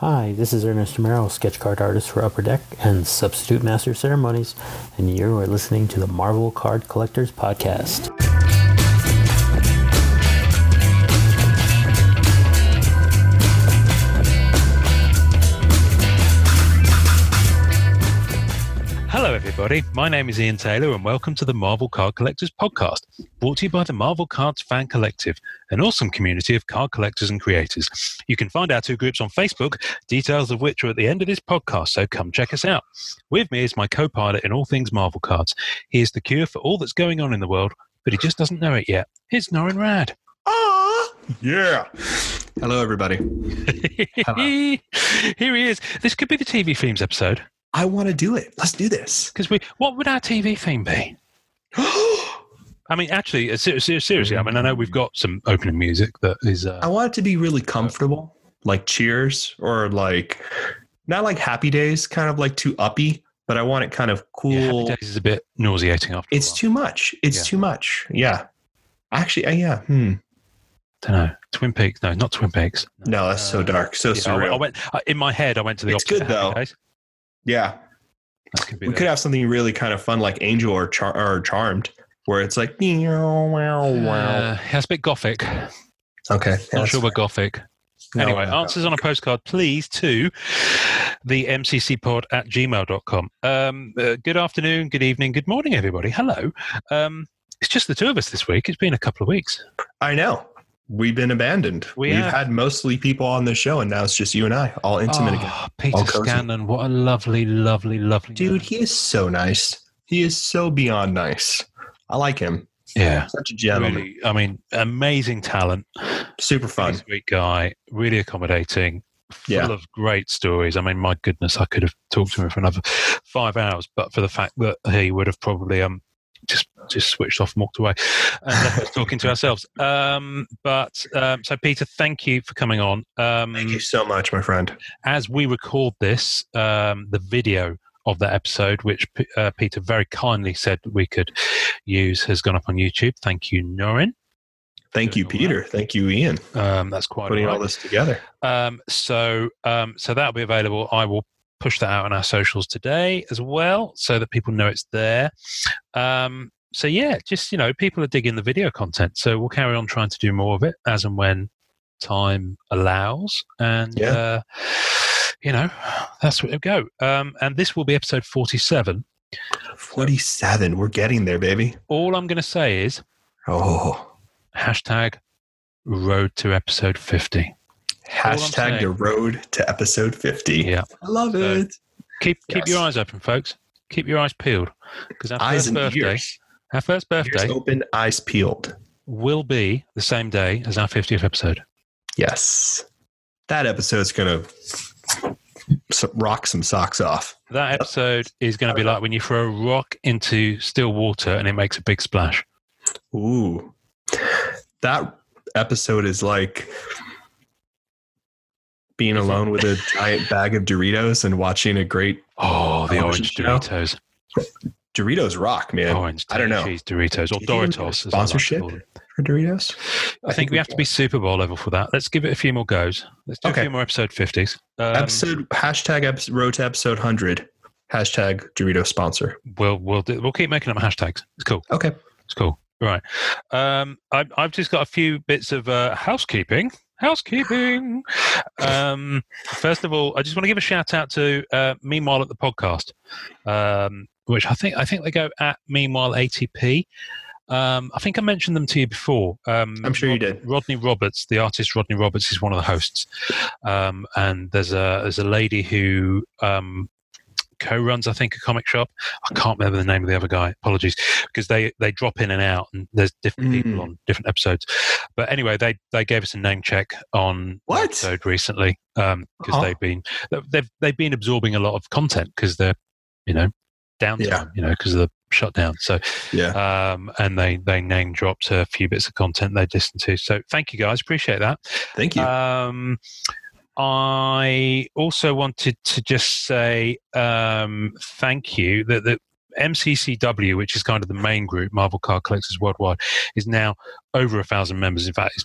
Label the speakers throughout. Speaker 1: Hi, this is Ernest Romero, sketch card artist for Upper Deck and Substitute Master of Ceremonies, and you are listening to the Marvel Card Collectors Podcast.
Speaker 2: Hello, everybody. My name is Ian Taylor, and welcome to the Marvel Card Collectors Podcast, brought to you by the Marvel Cards Fan Collective, an awesome community of card collectors and creators. You can find our two groups on Facebook, details of which are at the end of this podcast, so come check us out. With me is my co pilot in all things Marvel cards. He is the cure for all that's going on in the world, but he just doesn't know it yet. It's Norin Rad.
Speaker 3: Uh,
Speaker 4: Ah, yeah.
Speaker 3: Hello, everybody.
Speaker 2: Here he is. This could be the TV themes episode,
Speaker 3: I want to do it. Let's do this.
Speaker 2: because we, what would our TV theme be?
Speaker 3: I
Speaker 2: I mean, actually, uh, ser- ser- seriously, I mean, I know we've got some opening music that is. Uh,
Speaker 3: want it to be really comfortable, like Cheers or like not like Happy Days, kind of like too uppy, but I want it kind of cool.
Speaker 2: yeah, Happy Days is a bit nauseating after.
Speaker 3: it's
Speaker 2: a
Speaker 3: too much. It's
Speaker 2: Yeah.
Speaker 3: too much. Yeah. Actually, uh, yeah. Hmm.
Speaker 2: while. don't know. Twin Peaks, no, not Twin Peaks.
Speaker 3: No, that's so
Speaker 2: Uh,
Speaker 3: dark. So
Speaker 2: yeah, I, went- I
Speaker 3: surreal.
Speaker 2: went I, in my head. I went to the.
Speaker 3: It's
Speaker 2: opposite
Speaker 3: good,
Speaker 2: of
Speaker 3: though.
Speaker 2: Happy Days.
Speaker 3: yeah.
Speaker 2: That could be
Speaker 3: We
Speaker 2: the-
Speaker 3: could have something really kind of fun like Angel or, Char- or Charmed, where it's like, meow, Oh, wow, wow.
Speaker 2: Uh, yeah, it's a bit gothic.
Speaker 3: Okay.
Speaker 2: Not sure we're gothic. anyway, answers on a postcard, please, to the mccpod at gmail.com. Um, uh, good afternoon, good evening, good morning, everybody. Hello. Um, it's just the two of us this week. It's been a couple of weeks.
Speaker 3: I know. We've been abandoned.
Speaker 2: We
Speaker 3: We have
Speaker 2: have.
Speaker 3: had mostly people on this show, and now it's just you and I, all intimate again.
Speaker 2: Oh, Peter
Speaker 3: All cozy.
Speaker 2: Scanlon, what a lovely, lovely, lovely
Speaker 3: Dude,
Speaker 2: man.
Speaker 3: he is so nice. He is so beyond nice. I like him.
Speaker 2: Yeah,
Speaker 3: Such a gentleman.
Speaker 2: really. I mean, amazing talent,
Speaker 3: Super fun.
Speaker 2: really sweet guy, really accommodating, full
Speaker 3: Yeah.
Speaker 2: of great stories. I mean, my goodness, I could have talked to him for another five hours, but for the fact that he would have probably um just just switched off and walked away and left us talking to ourselves. Um, but um, so, Peter, thank you for coming on. Um,
Speaker 3: Thank you so much, my friend.
Speaker 2: as we record this, um, the video of that episode, which P- uh, Peter very kindly said that we could use, has gone up on YouTube. Thank you, Norin.
Speaker 3: Thank you,
Speaker 2: Doing all
Speaker 3: Peter. Thank you, Ian,
Speaker 2: Um, that's quite
Speaker 3: putting
Speaker 2: all
Speaker 3: all
Speaker 2: right.
Speaker 3: this together.
Speaker 2: Um, so, um, so that'll be available. I will push that out on our socials today as well, so that people know it's there. Um, so yeah, just you know, people are digging the video content, so we'll carry on trying to do more of it as and when time allows. And
Speaker 3: Yeah.
Speaker 2: uh, you know, that's where it'll go. Um, and this will be episode forty-seven.
Speaker 3: 47. We're getting there, baby.
Speaker 2: All I'm going to say is
Speaker 3: Oh.
Speaker 2: hashtag road to episode fifty. I'm
Speaker 3: Hashtag the
Speaker 2: saying-
Speaker 3: road to episode 50.
Speaker 2: Yeah.
Speaker 3: I love
Speaker 2: So-
Speaker 3: it.
Speaker 2: Keep keep
Speaker 3: Yes.
Speaker 2: your eyes open, folks. Keep your eyes peeled because our
Speaker 3: Eyes
Speaker 2: first
Speaker 3: and
Speaker 2: birthday.
Speaker 3: ears.
Speaker 2: Our first birthday
Speaker 3: Ears open, eyes peeled.
Speaker 2: will be the same day as our 50th episode.
Speaker 3: Yes. That episode's going to rock some socks off.
Speaker 2: That episode is going to be like when you throw a rock into still water and it makes a big splash.
Speaker 3: Ooh. That episode is like being alone with a giant bag of Doritos and watching a great
Speaker 2: Oh, the
Speaker 3: Oh,
Speaker 2: orange
Speaker 3: no.
Speaker 2: Doritos.
Speaker 3: Doritos rock, man.
Speaker 2: Orange
Speaker 3: I don't know.
Speaker 2: cheese Doritos or
Speaker 3: Did you even get a
Speaker 2: Doritos. as I like to
Speaker 3: sponsorship?
Speaker 2: call them.
Speaker 3: For Doritos?
Speaker 2: I think we have to be Super Bowl level for that. Let's give it a few more goes. Let's do
Speaker 3: Okay.
Speaker 2: a few more episode 50s. Um,
Speaker 3: episode hashtag episode, road to episode 100 hashtag Dorito sponsor.
Speaker 2: We'll, we'll, do, we'll keep making up hashtags. It's cool.
Speaker 3: Okay.
Speaker 2: It's cool. Right. Um, I, I've just got a few bits of uh, housekeeping. Housekeeping. Um, first of all, I just want to give a shout out to uh, Meanwhile at the podcast, um, which I think I think they go at Meanwhile ATP. Um, I think I mentioned them to you before. Um,
Speaker 3: I'm sure you did.
Speaker 2: Rodney Roberts, the artist Rodney Roberts, is one of the hosts, um, and there's a there's a lady who um, co-runs, I think, a comic shop. I can't remember the name of the other guy. Apologies, because they they drop in and out, and there's different people
Speaker 3: Mm.
Speaker 2: on different episodes. But anyway, they they gave us a name check on
Speaker 3: What?
Speaker 2: an episode recently because
Speaker 3: Oh.
Speaker 2: they've been they've they've been absorbing a lot of content because they're you know downtime,
Speaker 3: Yeah.
Speaker 2: you know, because of the shutdown. So
Speaker 3: Yeah.
Speaker 2: um, and they they name dropped a few bits of content they listened to. So thank you guys, appreciate that.
Speaker 3: Thank you.
Speaker 2: Um, I also wanted to just say um, thank you that the MCCW, which is kind of the main group, Marvel Card Collectors Worldwide, is now over a thousand members. In fact, it's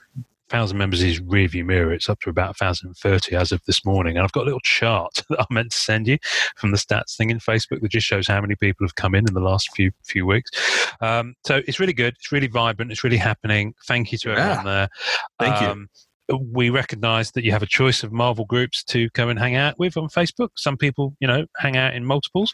Speaker 2: thousand members is rearview mirror. It's up to about thousand thirty as of this morning, and I've got a little chart that I meant to send you from the stats thing in Facebook that just shows how many people have come in in the last few few weeks. Um, so it's really good. It's really vibrant. It's really happening. Thank you to everyone there.
Speaker 3: Thank you.
Speaker 2: Um, you. We recognise that you have a choice of Marvel groups to come and hang out with on Facebook. Some people, you know, hang out in multiples.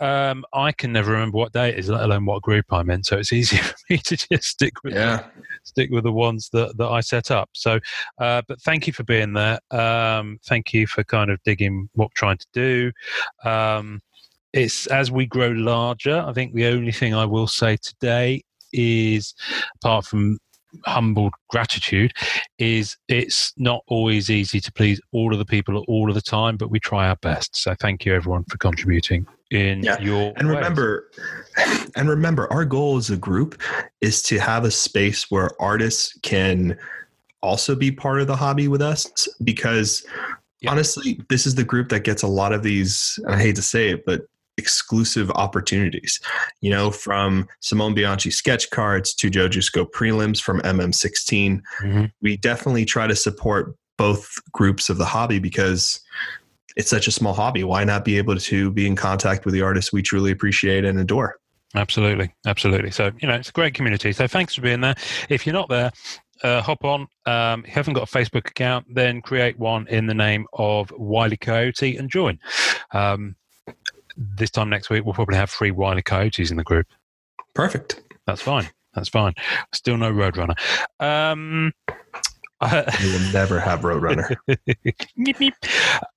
Speaker 2: Um, I can never remember what day it is, let alone what group I'm in. So it's easy for me to just stick with
Speaker 3: Yeah.
Speaker 2: stick with the ones that, that I set up. So, uh, but thank you for being there. Um, thank you for kind of digging what we're trying to do. Um, it's as we grow larger. I think the only thing I will say today is, apart from humbled gratitude, is it's not always easy to please all of the people at all of the time, but we try our best. So, thank you everyone for contributing in
Speaker 3: Yeah.
Speaker 2: your
Speaker 3: And
Speaker 2: ways.
Speaker 3: remember, and remember, our goal as a group is to have a space where artists can also be part of the hobby with us because
Speaker 2: Yeah.
Speaker 3: honestly, this is the group that gets a lot of these, and I hate to say it, but exclusive opportunities, you know, from Simone Bianchi sketch cards to Joe Jusco prelims from MM16.
Speaker 2: Mhm.
Speaker 3: We definitely try to support both groups of the hobby because it's such a small hobby. Why not be able to be in contact with the artists we truly appreciate and adore?
Speaker 2: Absolutely, absolutely. So you know, it's a great community. So thanks for being there. If you're not there, uh, hop on. Um, if you haven't got a Facebook account, then create one in the name of Wiley Coyote and join. Um, this time next week, we'll probably have three Wiley Coyotes in the group.
Speaker 3: Perfect.
Speaker 2: That's fine. That's fine. Still no Roadrunner. Um, uh,
Speaker 3: We will never have Roadrunner.
Speaker 2: Meep, meep.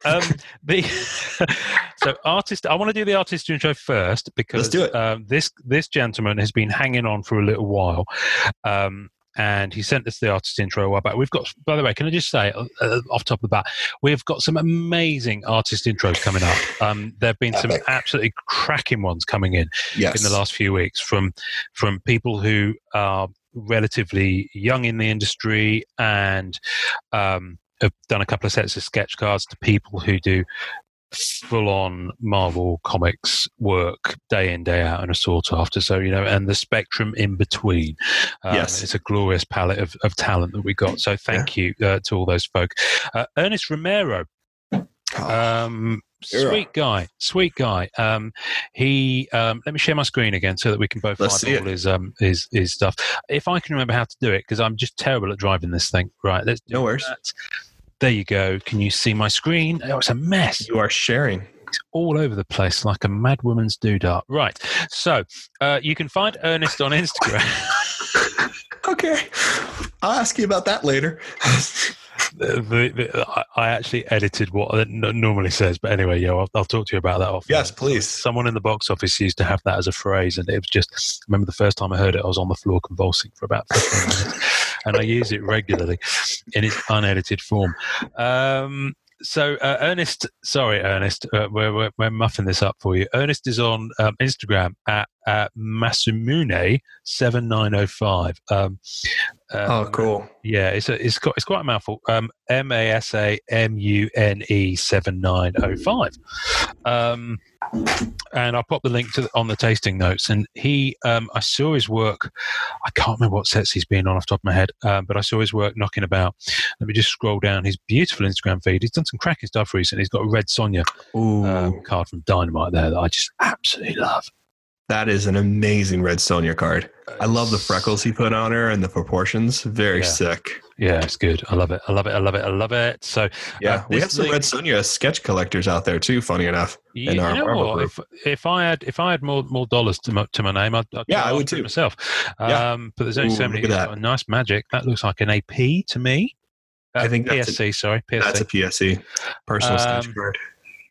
Speaker 2: um, the so artist. I want to do the artist intro first because
Speaker 3: Let's do it.
Speaker 2: Um, this this gentleman has been hanging on for a little while, um, and he sent us the artist intro a while back. We've got, by the way, can I just say uh, uh, off top of the bat, we've got some amazing artist intros coming up. Um, there have been some
Speaker 3: Epic.
Speaker 2: absolutely cracking ones coming in
Speaker 3: Yes.
Speaker 2: in the last few weeks from from people who are relatively young in the industry and um, have done a couple of sets of sketch cards to people who do full on Marvel comics work day in day out and a sought after. So you know, and the spectrum in between. um,
Speaker 3: Yes.
Speaker 2: it's a glorious palette of, of talent that we got. So thank you uh, to all those folk. Uh, Ernest Romero
Speaker 3: Oh,
Speaker 2: um,
Speaker 3: Yeah.
Speaker 2: sweet guy, sweet guy. Um, he um, let me share my screen again so that we can both
Speaker 3: Let's see
Speaker 2: find all
Speaker 3: it.
Speaker 2: his um his his stuff. If I can remember how to do it, because I'm just terrible at driving this thing. Right, let's do
Speaker 3: No worries.
Speaker 2: that. There you go. Can you see my screen? Oh, it's a mess
Speaker 3: You are sharing.
Speaker 2: all over the place like a mad woman's doodah. Right. So uh, you can find Ernest on Instagram.
Speaker 3: Okay. I'll ask you about that later.
Speaker 2: the, the, the, I- I actually edited what it n- normally says, but anyway, yeah, I'll, I'll talk to you about that off.
Speaker 3: yes, please.
Speaker 2: someone in the box office used to have that as a phrase, and it was just. I remember the first time I heard it, I was on the floor convulsing for about 15 minutes, and I use it regularly in its unedited form. Um, so, uh, Ernest, sorry, Ernest, uh, we're, we're, we're muffing this up for you. Ernest is on um, Instagram at, at Masumune7905. Um, uh,
Speaker 3: Oh, cool.
Speaker 2: yeah, it's a, it's, quite, it's quite a mouthful. Um, M A S A M U N E seven nine zero five, um, and I'll pop the link to the, on the tasting notes. And he, um, I saw his work. I can't remember what sets he's been on off the top of my head, um, but I saw his work knocking about. Let me just scroll down his beautiful Instagram feed. He's done some cracking stuff recently. He's got a Red Sonia
Speaker 3: Ooh,
Speaker 2: um, card from Dynamite there that I just absolutely love.
Speaker 3: that is an amazing Red Sonia card. I love the freckles he put on her and the proportions. Very
Speaker 2: Yeah.
Speaker 3: sick.
Speaker 2: Yeah, it's good. I love it. I love it. I love it. I love it. So
Speaker 3: Yeah, Uh, we
Speaker 2: this
Speaker 3: have some
Speaker 2: link-
Speaker 3: Red Sonia sketch collectors out there too. Funny enough.
Speaker 2: You,
Speaker 3: in
Speaker 2: you
Speaker 3: our
Speaker 2: know
Speaker 3: Marvel
Speaker 2: what? If, if I had if I had more more dollars to my, to my name, I'd, I'd
Speaker 3: Yeah,
Speaker 2: try
Speaker 3: I would
Speaker 2: after it
Speaker 3: too.
Speaker 2: myself.
Speaker 3: Yeah.
Speaker 2: Um, but there's only
Speaker 3: Ooh,
Speaker 2: so many.
Speaker 3: look at
Speaker 2: oh, Nice magic. That looks like an AP to me. Uh,
Speaker 3: I think that's a-
Speaker 2: PSC. sorry, PSC.
Speaker 3: That's a PSE personal
Speaker 2: Um,
Speaker 3: sketch card.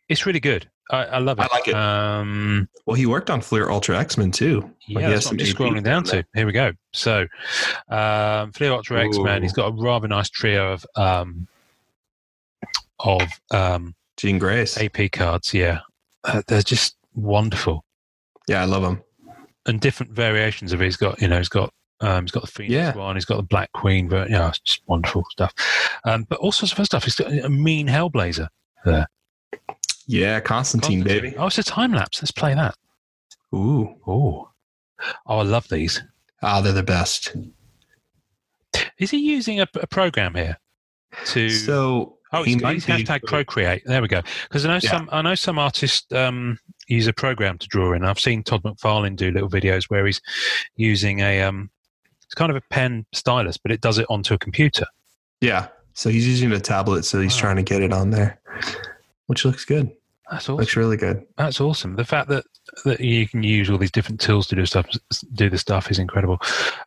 Speaker 2: it's really good. I, I love
Speaker 3: I
Speaker 2: it.
Speaker 3: like it.
Speaker 2: Um,
Speaker 3: Well, he worked on Fleer Ultra X Men too.
Speaker 2: yeah,
Speaker 3: Like, he has
Speaker 2: that's what
Speaker 3: some
Speaker 2: I'm just
Speaker 3: AP
Speaker 2: scrolling down to. Here we go. So, um, Flea Ultra X Man.
Speaker 3: Ooh.
Speaker 2: He's got a rather nice trio of um, of um,
Speaker 3: Jean Grace.
Speaker 2: AP cards. Yeah, uh, they're just wonderful.
Speaker 3: Yeah, I love him.
Speaker 2: and different variations of it. He's got, you know, he's got, um, he's got the Phoenix
Speaker 3: Yeah.
Speaker 2: one, he's got the Black Queen, but yeah, it's just wonderful stuff. Um, but all sorts of other stuff. He's got a mean Hellblazer.
Speaker 3: Yeah, Constantine, baby.
Speaker 2: Oh, it's a time lapse. Let's play that.
Speaker 3: Ooh.
Speaker 2: Oh, oh, I love these.
Speaker 3: Ah, they're the best.
Speaker 2: Is he using a, a program here to?
Speaker 3: So
Speaker 2: oh,
Speaker 3: he
Speaker 2: he's,
Speaker 3: might
Speaker 2: he's
Speaker 3: be-
Speaker 2: hashtag Procreate. There we go. Because I know
Speaker 3: Yeah.
Speaker 2: some. I know some artists um, use a program to draw in. I've seen Todd McFarlane do little videos where he's using a. Um, it's kind of a pen stylus, but it does it onto a computer.
Speaker 3: yeah. So he's using a tablet, so he's
Speaker 2: Wow.
Speaker 3: trying to get it on there, which looks good.
Speaker 2: That's awesome.
Speaker 3: Looks really good.
Speaker 2: That's awesome. The fact that that you can use all these different tools to do stuff, do the stuff is incredible.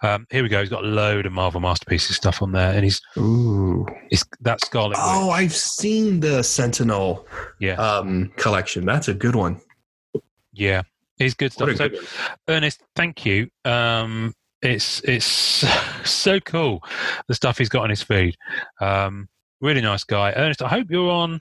Speaker 2: Um, here we go. He's got a load of Marvel masterpieces stuff on there, and he's,
Speaker 3: Ooh.
Speaker 2: he's that Scarlet. Witch.
Speaker 3: Oh, I've seen the Sentinel
Speaker 2: Yeah.
Speaker 3: um, collection. That's a good one.
Speaker 2: Yeah, it's good stuff.
Speaker 3: What a
Speaker 2: So,
Speaker 3: good one.
Speaker 2: Ernest, thank you. Um, it's it's so cool the stuff he's got on his feed. Um, really nice guy, Ernest. I hope you're on.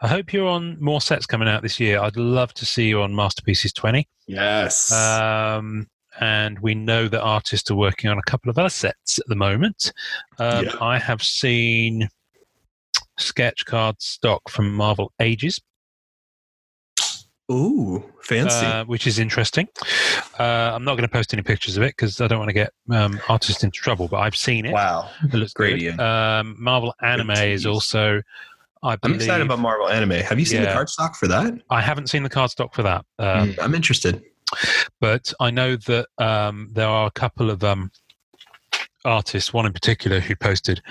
Speaker 2: I hope you're on more sets coming out this year. I'd love to see you on Masterpieces 20.
Speaker 3: Yes.
Speaker 2: Um, and we know that artists are working on a couple of other sets at the moment. Um,
Speaker 3: Yeah.
Speaker 2: I have seen sketch card stock from Marvel Ages
Speaker 3: Ooh, fancy.
Speaker 2: uh, which is interesting. Uh, I'm not going to post any pictures of it because I don't want to get um, artists into trouble. But I've seen it.
Speaker 3: wow.
Speaker 2: It looks good.
Speaker 3: Gradient.
Speaker 2: Um, Marvel anime is
Speaker 3: tease.
Speaker 2: also. I
Speaker 3: I'm
Speaker 2: believe,
Speaker 3: excited about Marvel anime. Have you seen
Speaker 2: Yeah.
Speaker 3: the cardstock for that?
Speaker 2: I haven't seen the cardstock for that, um,
Speaker 3: Mm, I'm interested.
Speaker 2: but I know that um, there are a couple of um, artists, one in particular, who posted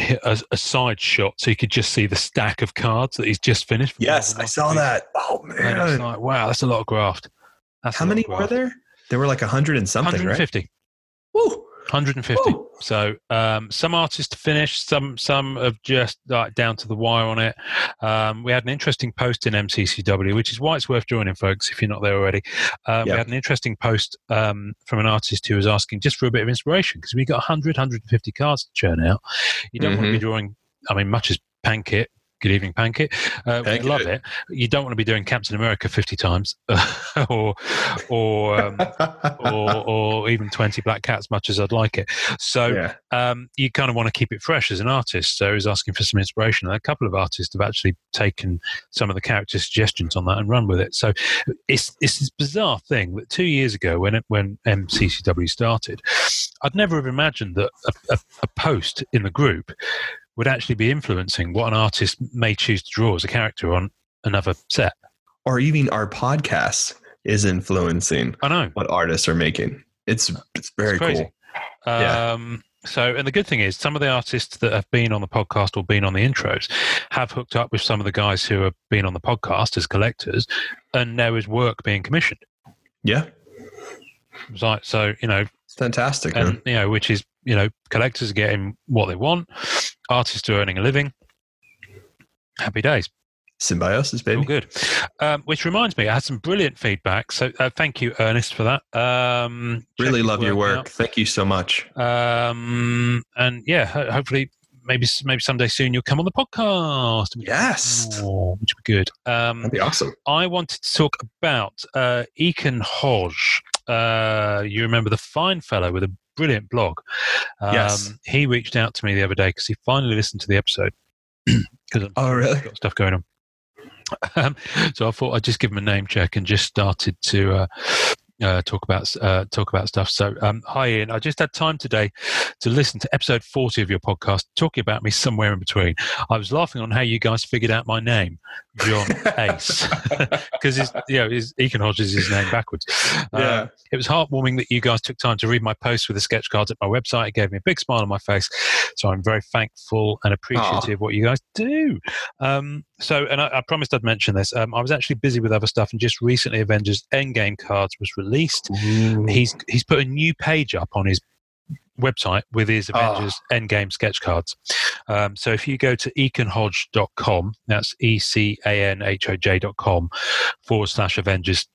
Speaker 2: a, a side shot so you could just see the stack of cards that he's just finished. from
Speaker 3: Yes,
Speaker 2: Marvel
Speaker 3: I saw
Speaker 2: Masterpiece.
Speaker 3: that. Oh
Speaker 2: And it's
Speaker 3: man,
Speaker 2: like, wow, that's a lot of graft. That's a
Speaker 3: how
Speaker 2: lot
Speaker 3: many
Speaker 2: of
Speaker 3: were
Speaker 2: graft.
Speaker 3: there? There were like a hundred and something, right?
Speaker 2: 150.
Speaker 3: Woo!
Speaker 2: 150.
Speaker 3: Woo!
Speaker 2: So um, some artists finished, some some have just like down to the wire on it. Um, we had an interesting post in MCCW, which is why it's worth joining, folks, if you're not there already. Um,
Speaker 3: Yeah.
Speaker 2: We had an interesting post um, from an artist who was asking just for a bit of inspiration because we got 100, 150 cards to churn out. You don't want
Speaker 3: Mm-hmm.
Speaker 2: to be drawing, I mean, much as Pankit. Good evening, Pankit. Uh, we
Speaker 3: Pankit.
Speaker 2: love it. You don't want to be doing Captain America 50 times or, or um, or, or even 20 black cats much as i'd like it so
Speaker 3: yeah.
Speaker 2: um, you kind of want to keep it fresh as an artist so he's asking for some inspiration and a couple of artists have actually taken some of the character suggestions on that and run with it so it's, it's this bizarre thing that two years ago when it, when mccw started i'd never have imagined that a, a, a post in the group would actually be influencing what an artist may choose to draw as a character on another set
Speaker 3: Or even our podcast is influencing
Speaker 2: i know
Speaker 3: what artists are making. It's it's very
Speaker 2: crazy.
Speaker 3: cool. Yeah.
Speaker 2: Um, So, and the good thing is, some of the artists that have been on the podcast or been on the intros have hooked up with some of the guys who have been on the podcast as collectors, and there is work being commissioned.
Speaker 3: Yeah,
Speaker 2: It's like, so you know,
Speaker 3: it's fantastic. man.
Speaker 2: and you know, which is you know, collectors are getting what they want, artists are earning a living. Happy days.
Speaker 3: Symbiosis,
Speaker 2: All
Speaker 3: baby.
Speaker 2: good. Um, which reminds me, I had some brilliant feedback. So uh, thank you, Ernest, for that. Um, check
Speaker 3: Really
Speaker 2: his
Speaker 3: love your
Speaker 2: out.
Speaker 3: work. Thank you so much.
Speaker 2: Um, and yeah, ho- hopefully, maybe maybe someday soon you'll come on the podcast.
Speaker 3: Yes.
Speaker 2: Oh, which would be good. Um,
Speaker 3: That'd be awesome.
Speaker 2: I wanted to talk about uh, Eakin Hodge. Uh, you remember the fine fellow with a brilliant blog. Um,
Speaker 3: Yes.
Speaker 2: He reached out to me the other day because he finally listened to the episode. Because I'm
Speaker 3: Oh, really?
Speaker 2: got stuff going on. Um, so I thought I'd just give him a name check and just started to uh, uh, talk about uh, talk about stuff. So um, hi Ian, I just had time today to listen to episode forty of your podcast, talking about me somewhere in between. I was laughing on how you guys figured out my name, John Ace, because his you know his Eakin Hodges is his name backwards. Um,
Speaker 3: Yeah.
Speaker 2: it was heartwarming that you guys took time to read my post with the sketch cards at my website. It gave me a big smile on my face. So I'm very thankful and appreciative of what you guys do. Um, so, and I, I promised I'd mention this. Um, I was actually busy with other stuff, and just recently, Avengers Endgame cards was released. He's he's put a new page up on his website with his
Speaker 3: Ah.
Speaker 2: Avengers Endgame sketch cards. Um, so if you go to ecanhodge.com, that's e c a n h o j dot com forward slash Avengers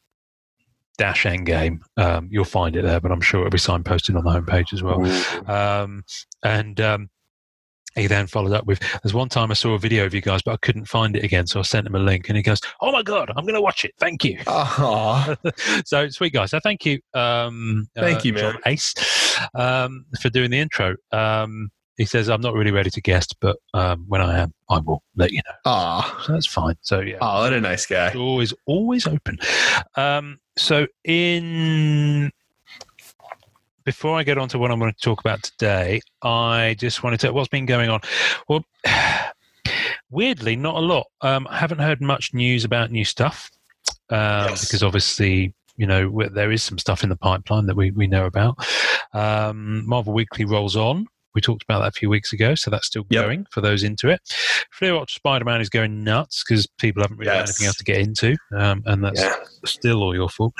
Speaker 2: dash Endgame, um, you'll find it there. But I'm sure it'll be signposted on the homepage as well. Um, and um, he then followed up with, "There's one time I saw a video of you guys, but I couldn't find it again, so I sent him a link." And he goes, "Oh my god, I'm going to watch it. Thank you."
Speaker 3: Aw.
Speaker 2: so sweet guy. So thank you, um,
Speaker 3: Thank you,
Speaker 2: John
Speaker 3: man.
Speaker 2: Ace, um, for doing the intro. Um, he says, "I'm not really ready to guest, but um, when I am, I will let you know."
Speaker 3: Aw.
Speaker 2: So that's fine. So yeah,
Speaker 3: Aw, what a nice guy.
Speaker 2: always always open. Um, so in before I get on to what I'm going to talk about today, I just wanted to what's been going on. Well, weirdly, not a lot. Um, I haven't heard much news about new stuff um,
Speaker 3: Yes.
Speaker 2: because obviously, you know, w- there is some stuff in the pipeline that we, we know about. Um, Marvel Weekly rolls on. We talked about that a few weeks ago, so that's still
Speaker 3: Yep.
Speaker 2: going for those into it. Flew Watch Spider Man is going nuts because people haven't really had
Speaker 3: Yes.
Speaker 2: anything else to get into, um, and that's still all your fault.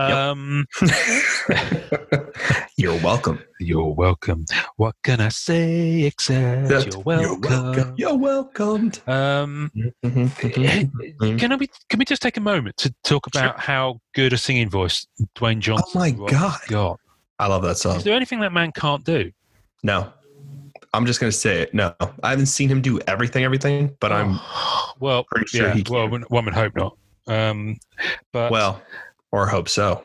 Speaker 3: Yep.
Speaker 2: Um,
Speaker 3: Yeah. You're welcome.
Speaker 2: You're welcome. What can I say except
Speaker 3: That-
Speaker 2: you're welcome?
Speaker 3: You're welcomed.
Speaker 2: Um,
Speaker 3: Mm-hmm.
Speaker 2: eh, can I be, can we just take a moment to talk about how good a singing voice Dwayne
Speaker 3: Oh
Speaker 2: Johnson?
Speaker 3: my
Speaker 2: was?
Speaker 3: god.
Speaker 2: God.
Speaker 3: I love that song.
Speaker 2: Is there anything that man can't do?
Speaker 3: No. I'm just gonna say it. No. I haven't seen him do everything, everything, but I'm
Speaker 2: well,
Speaker 3: pretty sure
Speaker 2: yeah,
Speaker 3: he can.
Speaker 2: well, one one would hope not. Um, but
Speaker 3: well, or hope so.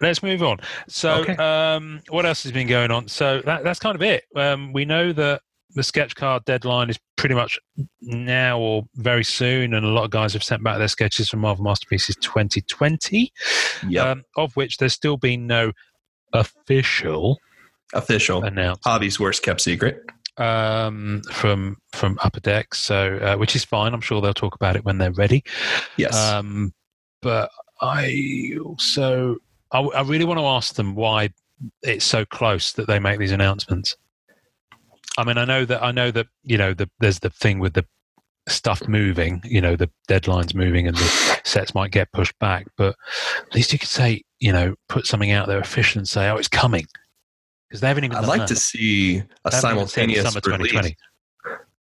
Speaker 2: let's move on. So,
Speaker 3: Okay.
Speaker 2: um, what else has been going on? So that, that's kind of it. Um, we know that the sketch card deadline is pretty much now or very soon, and a lot of guys have sent back their sketches for Marvel Masterpieces 2020,
Speaker 3: Yep.
Speaker 2: um, of which there's still been no official
Speaker 3: Official.
Speaker 2: announcement
Speaker 3: Hobby's worst kept secret.
Speaker 2: um, from from Upper Deck. So, uh, which is fine. I'm sure they'll talk about it when they're ready.
Speaker 3: Yes.
Speaker 2: Um, but I also, I, I really want to ask them why it's so close that they make these announcements. I mean, I know that I know that you know the, there's the thing with the stuff moving, you know, the deadlines moving, and the sets might get pushed back. But at least you could say, you know, put something out there official and say, oh, it's coming, because they haven't even.
Speaker 3: I'd
Speaker 2: done
Speaker 3: like
Speaker 2: that.
Speaker 3: to see a
Speaker 2: They haven't even uh, said
Speaker 3: simultaneous
Speaker 2: summer
Speaker 3: release,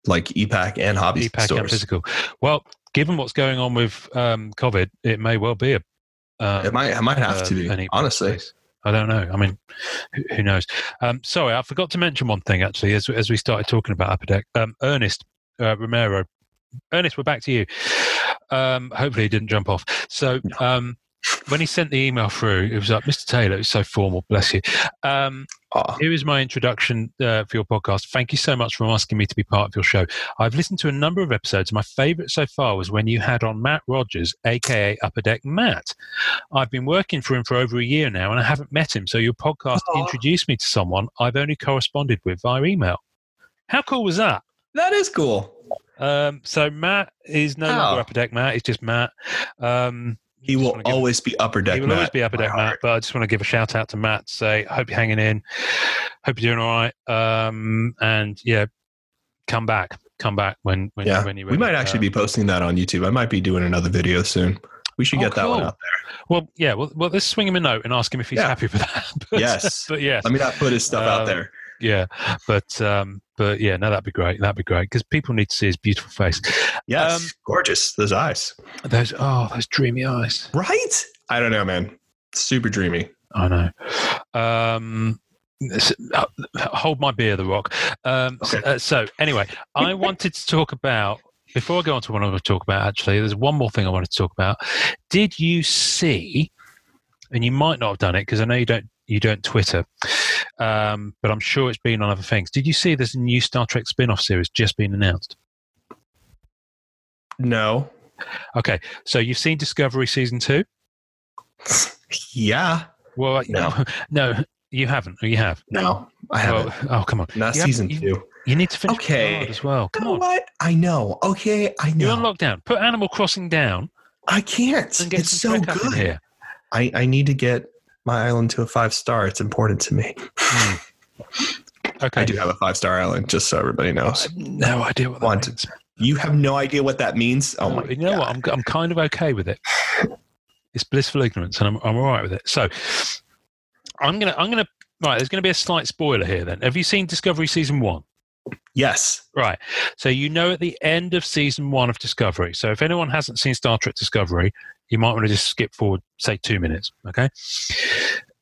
Speaker 3: like E EPAC and Hobby
Speaker 2: EPAC and
Speaker 3: stores.
Speaker 2: physical. Well, given what's going on with um, COVID, it may well be a. Um,
Speaker 3: It might, it might have to
Speaker 2: um,
Speaker 3: be.
Speaker 2: an equal
Speaker 3: honestly,
Speaker 2: space. I don't know. I mean, who, who knows? Um, sorry, I forgot to mention one thing actually as, as we started talking about Upper Deck. Um, Ernest uh, Romero. Ernest, we're back to you. Um, hopefully, he didn't jump off. So, um, when he sent the email through, it was like, Mr. Taylor, it was so formal, bless you. Um,
Speaker 3: Aw.
Speaker 2: here is my introduction uh, for your podcast. Thank you so much for asking me to be part of your show. I've listened to a number of episodes. My favorite so far was when you had on Matt Rogers, aka Upper Deck Matt. I've been working for him for over a year now and I haven't met him, so your podcast
Speaker 3: Aw.
Speaker 2: introduced me to someone I've only corresponded with via email. How cool was that?
Speaker 3: that is cool.
Speaker 2: Um, so Matt is no
Speaker 3: Oh.
Speaker 2: longer Upper Deck Matt, it's just Matt. Um,
Speaker 3: He
Speaker 2: just
Speaker 3: will
Speaker 2: wanna give-
Speaker 3: always be upper deck.
Speaker 2: he will always
Speaker 3: Matt,
Speaker 2: be upper
Speaker 3: my
Speaker 2: deck, Matt.
Speaker 3: heart.
Speaker 2: But I just want to give a shout out to Matt. Say, hope you're hanging in. Hope you're doing all right. Um, and yeah, come back, come back when when
Speaker 3: Yeah,
Speaker 2: when Uh, you.
Speaker 3: we might actually be posting that on YouTube. I might be doing another video soon. We should
Speaker 2: Oh,
Speaker 3: get that one
Speaker 2: cool.
Speaker 3: out
Speaker 2: Well, yeah. Well, well, let's swing him a note and ask him if he's
Speaker 3: Yeah.
Speaker 2: happy with that.
Speaker 3: there.
Speaker 2: but,
Speaker 3: yes.
Speaker 2: But yeah,
Speaker 3: Let me not put his stuff
Speaker 2: Um,
Speaker 3: out there.
Speaker 2: yeah. But um, but yeah, no, that'd be great. That'd be great because people need to see his beautiful face.
Speaker 3: Yes.
Speaker 2: um,
Speaker 3: gorgeous. Those eyes.
Speaker 2: Those oh, those dreamy eyes.
Speaker 3: Right? I don't know, man. Super dreamy.
Speaker 2: I know. Um, s- uh, hold my beer, The Rock. Um, s-
Speaker 3: Okay.
Speaker 2: uh, so, anyway, I wanted to talk about before I go on to what I'm going to talk about. Actually, there's one more thing I wanted to talk about. Did you see? And you might not have done it because I know you don't. You don't Twitter, um, but I'm sure it's been on other things. Did you see this new Star Trek spin-off series just been announced?
Speaker 3: No.
Speaker 2: Okay, so you've seen Discovery season two.
Speaker 3: Yeah.
Speaker 2: Well,
Speaker 3: No.
Speaker 2: no, you haven't. Or you have.
Speaker 3: No. I haven't.
Speaker 2: Well, oh, come on.
Speaker 3: not
Speaker 2: you haven't-
Speaker 3: season
Speaker 2: you-
Speaker 3: two.
Speaker 2: You need to finish
Speaker 3: Okay.
Speaker 2: okay. as well. Come
Speaker 3: You know
Speaker 2: on.
Speaker 3: what? I know. Okay. I
Speaker 2: You're on
Speaker 3: know.
Speaker 2: lockdown. Put Animal Crossing down
Speaker 3: I can't.
Speaker 2: and get
Speaker 3: It's
Speaker 2: some
Speaker 3: so
Speaker 2: Trek up in
Speaker 3: good.
Speaker 2: here.
Speaker 3: I, I need to get my island to a five star. It's important to me.
Speaker 2: Okay.
Speaker 3: I do have a five star island, just so everybody knows.
Speaker 2: have no idea what that
Speaker 3: Want-
Speaker 2: means.
Speaker 3: You have no idea what that means. Oh my
Speaker 2: you know
Speaker 3: God.
Speaker 2: what? I'm, I'm kind of okay with it. It's blissful ignorance, and I'm, I'm all right with it. So I'm gonna I'm gonna right. There's gonna be a slight spoiler here. Then have you seen Discovery season one?
Speaker 3: Yes.
Speaker 2: Right. So you know at the end of season one of Discovery. So if anyone hasn't seen Star Trek Discovery, you might want to just skip forward, say two minutes. Okay.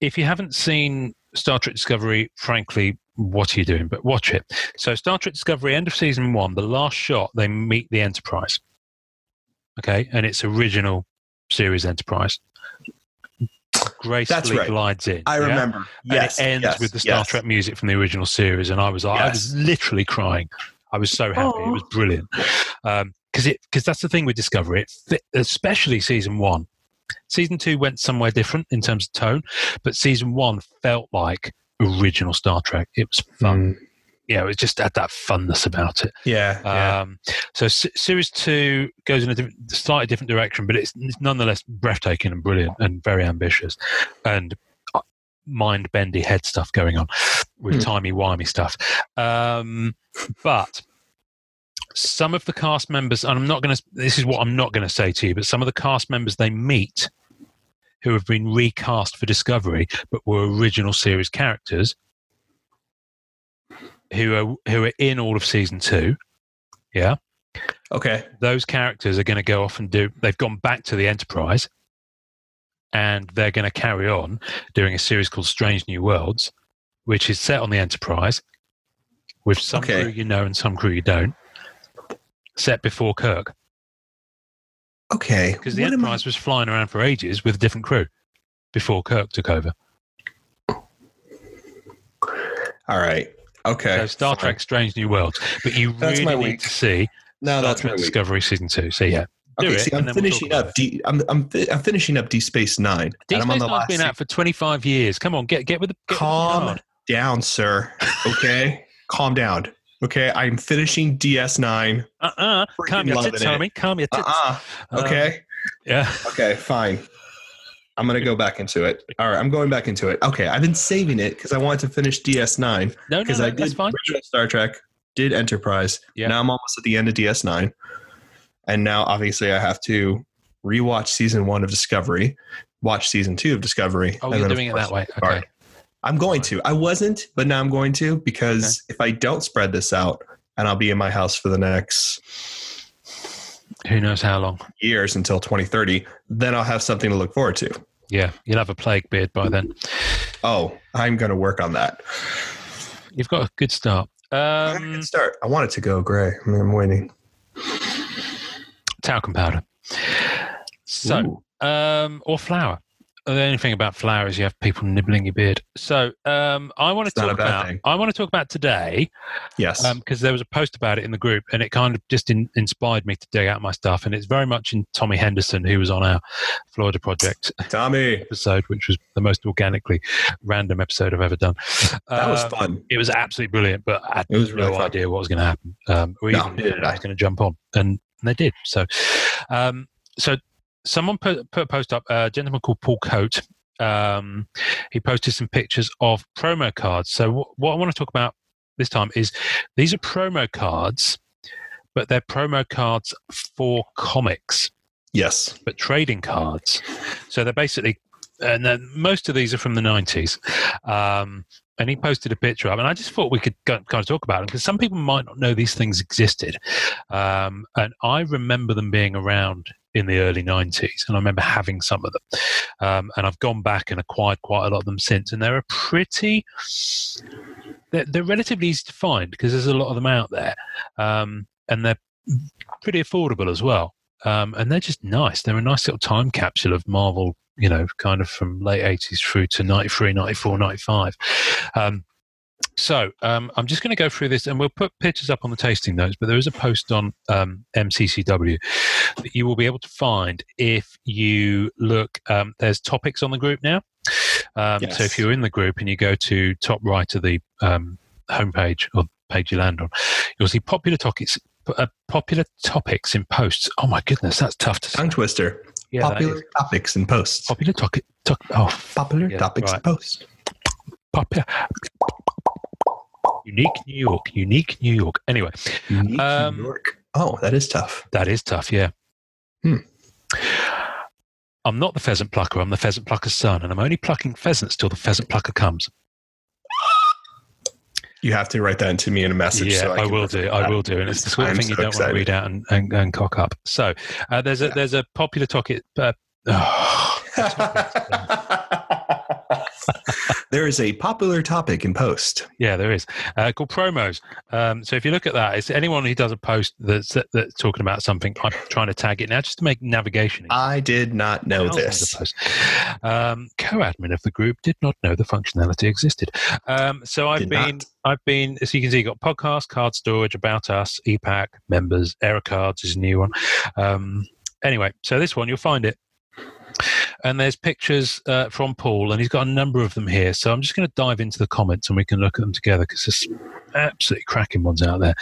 Speaker 2: If you haven't seen Star Trek Discovery, frankly, what are you doing? But watch it. So Star Trek Discovery, end of season one, the last shot, they meet the Enterprise. Okay. And it's original series Enterprise. Gracefully
Speaker 3: right.
Speaker 2: glides in.
Speaker 3: I
Speaker 2: yeah?
Speaker 3: remember. Yes.
Speaker 2: and it ends
Speaker 3: yes,
Speaker 2: with the Star
Speaker 3: yes.
Speaker 2: Trek music from the original series, and I was like, I was literally crying. I was so happy. It was Um, brilliant because it because that's the thing with Discovery, it fit, especially season one. Season two went somewhere different in terms of tone, but season one felt like original Star Trek. It was fun.
Speaker 3: Mm.
Speaker 2: Yeah, it just had that funness about it.
Speaker 3: Yeah, yeah.
Speaker 2: Um, so s- series two goes in a diff- slightly different direction, but it's, it's nonetheless breathtaking and brilliant and very ambitious and uh, mind-bendy head stuff going on with
Speaker 3: Hmm.
Speaker 2: timey-wimey stuff. Um, but some of the cast members, and I'm not going to, this is what I'm not going to say to you, but some of the cast members they meet who have been recast for Discovery but were original series characters who are who are in all of season two yeah. Uh,
Speaker 3: Okay.
Speaker 2: Those characters are going to go off and do, they've gone back to the Enterprise and they're going to carry on doing a series called Strange New Worlds, which is set on the Enterprise with some
Speaker 3: Okay.
Speaker 2: crew you know and some crew you don't, set before Kirk.
Speaker 3: Okay.
Speaker 2: Because the
Speaker 3: What am I-
Speaker 2: Enterprise was flying around for ages with a different crew before Kirk took over.
Speaker 3: All right. Okay.
Speaker 2: So Star
Speaker 3: fine.
Speaker 2: Trek Strange New Worlds. But you
Speaker 3: That's my
Speaker 2: really
Speaker 3: week.
Speaker 2: need to see
Speaker 3: No,
Speaker 2: Star
Speaker 3: that's my
Speaker 2: Trek
Speaker 3: week.
Speaker 2: Discovery Season 2. So yeah. Do
Speaker 3: Okay,
Speaker 2: it,
Speaker 3: see,
Speaker 2: and
Speaker 3: I'm
Speaker 2: then we'll
Speaker 3: finishing
Speaker 2: talk about
Speaker 3: up. D, I'm I'm fi- I'm finishing up D Space Nine.
Speaker 2: Deep
Speaker 3: and I'm on
Speaker 2: Space
Speaker 3: the
Speaker 2: Nine's
Speaker 3: last.
Speaker 2: been out for 25 years. Come on, get, get with the get with the
Speaker 3: Calm
Speaker 2: card.
Speaker 3: down, sir. Okay, calm down. Okay, I'm finishing DS Nine.
Speaker 2: Uh uh Calm your
Speaker 3: loving
Speaker 2: tits,
Speaker 3: it.
Speaker 2: homie. Calm your
Speaker 3: Uh
Speaker 2: tits.
Speaker 3: uh Okay.
Speaker 2: yeah.
Speaker 3: Okay. Fine. I'm gonna go back into it. All right, I'm going back into it. Okay, I've been saving it because I wanted to finish DS Nine
Speaker 2: No, no,
Speaker 3: because
Speaker 2: no
Speaker 3: I
Speaker 2: that's
Speaker 3: did
Speaker 2: fine.
Speaker 3: original Star Trek, did Enterprise.
Speaker 2: Yeah.
Speaker 3: Now I'm almost at the end of DS Nine, and now obviously I have to rewatch season one of Discovery, watch season two of Discovery.
Speaker 2: Oh,
Speaker 3: and
Speaker 2: you're
Speaker 3: then, of
Speaker 2: doing it
Speaker 3: course,
Speaker 2: that way.
Speaker 3: Picard.
Speaker 2: Okay.
Speaker 3: I'm going to. I wasn't, but now I'm going to because if I don't spread this out, and I'll be in my house for the next
Speaker 2: Who knows how long?
Speaker 3: years until 2030, then I'll have something to look forward to.
Speaker 2: Yeah, you'll have a plague beard by then.
Speaker 3: Oh, I'm going to work on that.
Speaker 2: You've got a good start.
Speaker 3: I had a
Speaker 2: Um,
Speaker 3: good start. I want it to go gray. I mean, I'm waiting.
Speaker 2: talcum powder. So,
Speaker 3: Ooh.
Speaker 2: um, or flour. The only thing about flour is you have people nibbling your beard. So, um, I want to
Speaker 3: It's not
Speaker 2: talk
Speaker 3: a bad
Speaker 2: about.
Speaker 3: thing.
Speaker 2: I want to talk about today
Speaker 3: yes.
Speaker 2: because there was a post about it in the group, and it kind of just in, inspired me to dig out my stuff. And it's very much in Tommy Henderson, who was on our Florida project
Speaker 3: Tommy,
Speaker 2: episode, which was the most organically random episode I've ever done.
Speaker 3: that was
Speaker 2: Um,
Speaker 3: fun.
Speaker 2: It was absolutely brilliant, but I had
Speaker 3: It was
Speaker 2: no
Speaker 3: really fun.
Speaker 2: idea what was going to happen. Um, or
Speaker 3: No,
Speaker 2: even
Speaker 3: neither did
Speaker 2: I
Speaker 3: I.
Speaker 2: was going to jump on, and, and they did. So, um, so someone put, put a post up. uh, A gentleman called Paul Coate. Um, he posted some pictures of promo cards. So, wh- what I want to talk about this time is these are promo cards, but they're promo cards for comics
Speaker 3: Yes.
Speaker 2: but trading cards. So they're basically, and then most of these are from the 90s. Um, and he posted a picture of, and I just thought we could go, kind of talk about them because some people might not know these things existed. Um, and I remember them being around in the early 90s, and I remember having some of them. Um, and I've gone back and acquired quite a lot of them since, and they're a pretty. They're, they're relatively easy to find because there's a lot of them out there, um, and they're pretty affordable as well um, and they're just nice. They're a nice little time capsule of Marvel, you know, kind of from late 80s through to 93, 94, 95. Um, so um, I'm just going to go through this and we'll put pictures up on the tasting notes, but there is a post on um, MCCW that you will be able to find if you look. Um, there's topics on the group now. Um, So if
Speaker 3: Yes.
Speaker 2: you're in the group and you go to top right of the um, homepage or page you land on, you'll see popular topics. Uh, popular topics in posts. Oh my goodness, that's tough to say.
Speaker 3: Tongue twister.
Speaker 2: Yeah, that
Speaker 3: popular
Speaker 2: is-
Speaker 3: topics and posts.
Speaker 2: popular topic. Toc- oh,
Speaker 3: Popular
Speaker 2: Yeah,
Speaker 3: topics
Speaker 2: right.
Speaker 3: and posts.
Speaker 2: popular. Unique New York. Unique New York. Anyway,
Speaker 3: Unique
Speaker 2: Um,
Speaker 3: New York. Oh, that is tough.
Speaker 2: That is tough, yeah.
Speaker 3: Hmm.
Speaker 2: I'm not the pheasant plucker, I'm the pheasant plucker's son, and I'm only plucking pheasants till the pheasant plucker comes.
Speaker 3: You have to write that into me in a message.
Speaker 2: yeah,
Speaker 3: so I,
Speaker 2: I,
Speaker 3: can
Speaker 2: will
Speaker 3: refer
Speaker 2: do.
Speaker 3: to
Speaker 2: I
Speaker 3: that.
Speaker 2: will do. And it's the sort of
Speaker 3: I'm
Speaker 2: thing you
Speaker 3: so
Speaker 2: don't want to
Speaker 3: excited.
Speaker 2: read out and, and, and cock up. So uh, there's a
Speaker 3: Yeah.
Speaker 2: there's a popular topic. Uh, oh,
Speaker 3: there is a popular topic in post.
Speaker 2: yeah, there is uh, called promos. Um, so if you look at that, it's anyone who does a post that's that, that's talking about something. I'm trying to tag it now just to make navigation.
Speaker 3: I did not know
Speaker 2: thousands
Speaker 3: this.
Speaker 2: of posts. Um, co-admin of the group did not know the functionality existed. Um, so I've
Speaker 3: Did
Speaker 2: been,
Speaker 3: not.
Speaker 2: I've been, as you can see, got podcast, card storage, about us, E EPAC members, error cards is a new one. Um, anyway, so this one you'll find it. And there's pictures uh, from Paul, and he's got a number of them here. So I'm just going to dive into the comments and we can look at them together because there's absolutely cracking ones out there.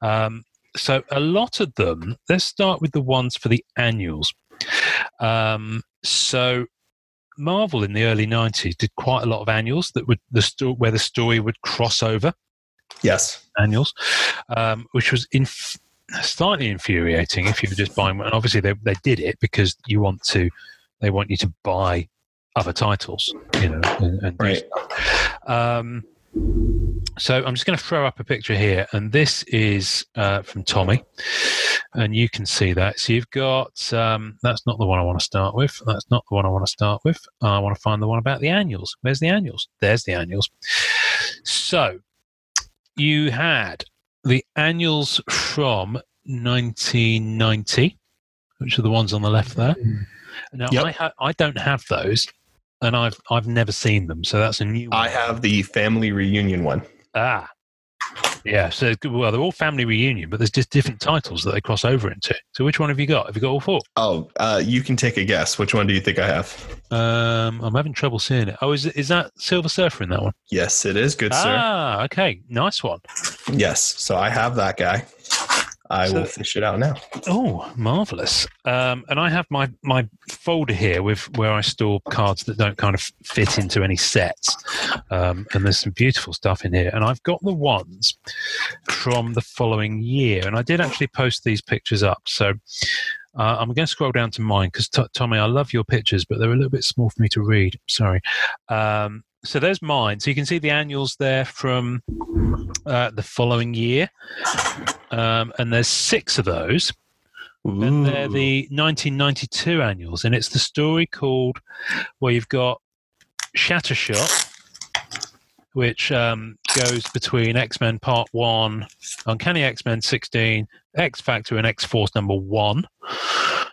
Speaker 2: Um, so a lot of them, let's start with the ones for the annuals. Um, so Marvel in the early 90s did quite a lot of annuals that would the sto- where the story would cross over
Speaker 3: Yes.
Speaker 2: annuals, um, which was inf- slightly infuriating if you were just buying one. And obviously, they, they did it because you want to, they want you to buy other titles, you know. And, and do
Speaker 3: Right.
Speaker 2: um, so I'm just going to throw up a picture here, and this is uh, from Tommy, and you can see that. So you've got um, that's not the one I want to start with. That's not the one I want to start with. I want to find the one about the annuals. Where's the annuals? There's the annuals. So you had the annuals from 1990, which are the ones on the left there. Now
Speaker 3: Yep.
Speaker 2: I ha- I don't have those, and I've I've never seen them, so that's a new. one.
Speaker 3: I have the family reunion one.
Speaker 2: Ah. Yeah, so well, they're all family reunion, but there's just different titles that they cross over into. So, which one have you got? Have you got all four?
Speaker 3: Oh, uh, you can take a guess. Which one do you think I have?
Speaker 2: Um, I'm having trouble seeing it. Oh, is is that Silver Surfer in that one?
Speaker 3: Yes, it is. Good,
Speaker 2: ah, okay, nice one.
Speaker 3: sir. Yes. So I have that guy. I
Speaker 2: So-
Speaker 3: will fish it out now.
Speaker 2: Oh, marvelous! Um, and I have my my folder here with where I store cards that don't kind of fit into any sets. Um, and there's some beautiful stuff in here. And I've got the ones from the following year. And I did actually post these pictures up. So uh, I'm going to scroll down to mine because Tommy, I love your pictures, but they're a little bit small for me to read. Sorry. Um, so there's mine. So you can see the annuals there from uh, the following year. Um, and there's six of those.
Speaker 3: Mm.
Speaker 2: And they're the 1992 annuals, and it's the story called where you've got Shattershot, which um, goes between X Men Part One, Uncanny X Men 16, X Factor, and X Force Number One.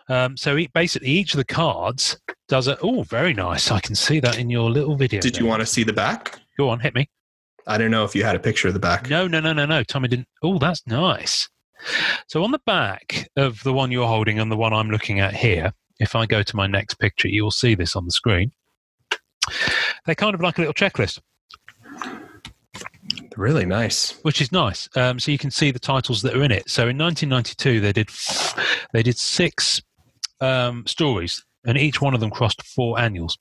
Speaker 2: Um, so e- basically, each of the cards does a. Oh, very nice! I can see that in your little video.
Speaker 3: Did you want to see the back?
Speaker 2: Go on, hit me.
Speaker 3: I don't know if you had a picture of the back.
Speaker 2: No, no, no, no, no. Tommy didn't. Oh, that's nice. So on the back of the one you're holding and the one I'm looking at here, if I go to my next picture, you'll see this on the screen. They're kind of like a little checklist,
Speaker 3: Really nice.
Speaker 2: which is nice. Um, so you can see the titles that are in it. So in 1992, they did they did six um, stories, and each one of them crossed four annuals.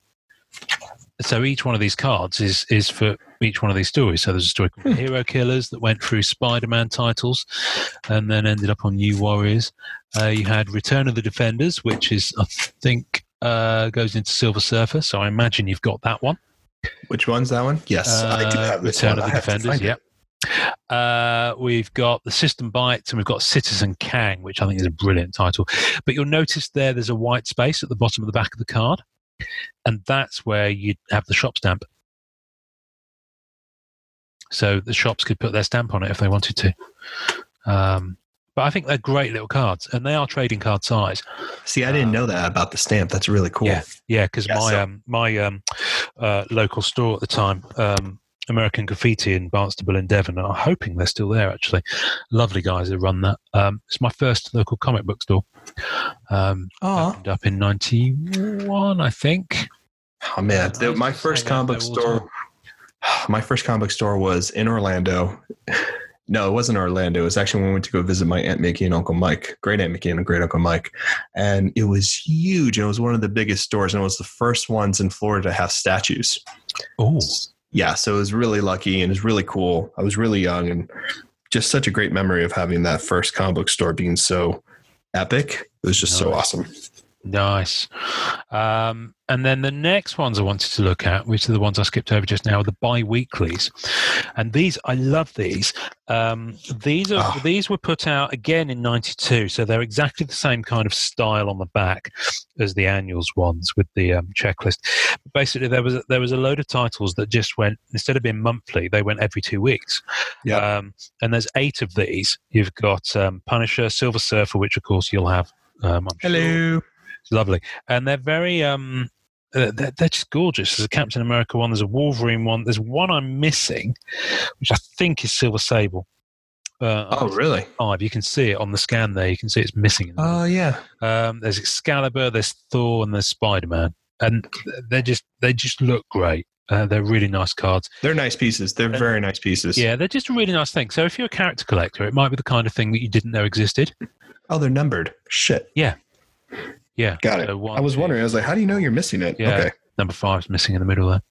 Speaker 2: So each one of these cards is is for each one of these stories. So there's a story called Hero Killers that went through Spider-Man titles, and then ended up on New Warriors. Uh, you had Return of the Defenders, which is I think uh, goes into Silver Surfer. So I imagine you've got that one.
Speaker 3: Which one's that one? Yes, I do
Speaker 2: Uh,
Speaker 3: have this
Speaker 2: Return
Speaker 3: one.
Speaker 2: of the
Speaker 3: I have to
Speaker 2: Defenders.
Speaker 3: find it.
Speaker 2: Yep. Uh, we've got the System Bites and we've got Citizen Kang, which I think is a brilliant title. But you'll notice there, there's a white space at the bottom of the back of the card, and that's where you'd have the shop stamp. So the shops could put their stamp on it if they wanted to. Um, but I think they're great little cards, and they are trading card size.
Speaker 3: See, I didn't know that about the stamp. That's really cool.
Speaker 2: Uh, Yeah, because
Speaker 3: Yeah,
Speaker 2: my
Speaker 3: so-
Speaker 2: um, my um, uh, local store at the time, um, American Graffiti in Barnstable in Devon, and I'm hoping they're still there. Actually, lovely guys that run that. Um, it's my first local comic book store. Um,
Speaker 3: Aw.
Speaker 2: opened up in '91, I think.
Speaker 3: Oh man,
Speaker 2: I
Speaker 3: the,
Speaker 2: used
Speaker 3: my
Speaker 2: to
Speaker 3: first
Speaker 2: say that
Speaker 3: comic book
Speaker 2: all the
Speaker 3: store. My first comic book store was in Orlando. No, it wasn't Orlando. It was actually when we went to go visit my aunt Mickey and Uncle Mike, great aunt Mickey and great Uncle Mike, and it was huge. And it was one of the biggest stores, and it was the first ones in Florida to have statues.
Speaker 2: Oh,
Speaker 3: Yeah, so it was really lucky and it was really cool. I was really young and just such a great memory of having that first comic book store being so epic. It was just so
Speaker 2: Nice.
Speaker 3: awesome.
Speaker 2: nice. Um, and then the next ones I wanted to look at, which are the ones I skipped over just now, are the bi-weeklies. And these, I love these. Um, these are
Speaker 3: Ah.
Speaker 2: these were put out again in '92, so they're exactly the same kind of style on the back as the annuals ones with the um, checklist. Basically, there was there was a load of titles that just went instead of being monthly, they went every two weeks.
Speaker 3: Yeah.
Speaker 2: Um, and there's eight of these. You've got um, Punisher, Silver Surfer, which of course you'll have. Um, I'm sure. It's lovely, and they're very um, uh, they're, they're just gorgeous. There's a Captain America one, there's a Wolverine one, there's one I'm missing, which I think is Silver Sable. Uh,
Speaker 3: Oh,
Speaker 2: on
Speaker 3: really?
Speaker 2: five. You can see it on the scan there. You can see it's missing. in the
Speaker 3: Oh, yeah.
Speaker 2: Um, there's Excalibur, there's Thor, and there's Spider Man, and they just they just look great. Uh, they're really nice cards.
Speaker 3: They're nice pieces. They're very nice pieces.
Speaker 2: Yeah, they're just a really nice thing. So if you're a character collector, it might be the kind of thing that you didn't know existed.
Speaker 3: Oh, they're numbered. Shit.
Speaker 2: Yeah,
Speaker 3: Got it.
Speaker 2: So one,
Speaker 3: I was
Speaker 2: two,
Speaker 3: wondering. I was like, how do you know you're missing it?
Speaker 2: Yeah.
Speaker 3: Okay.
Speaker 2: Number five's missing in the middle there.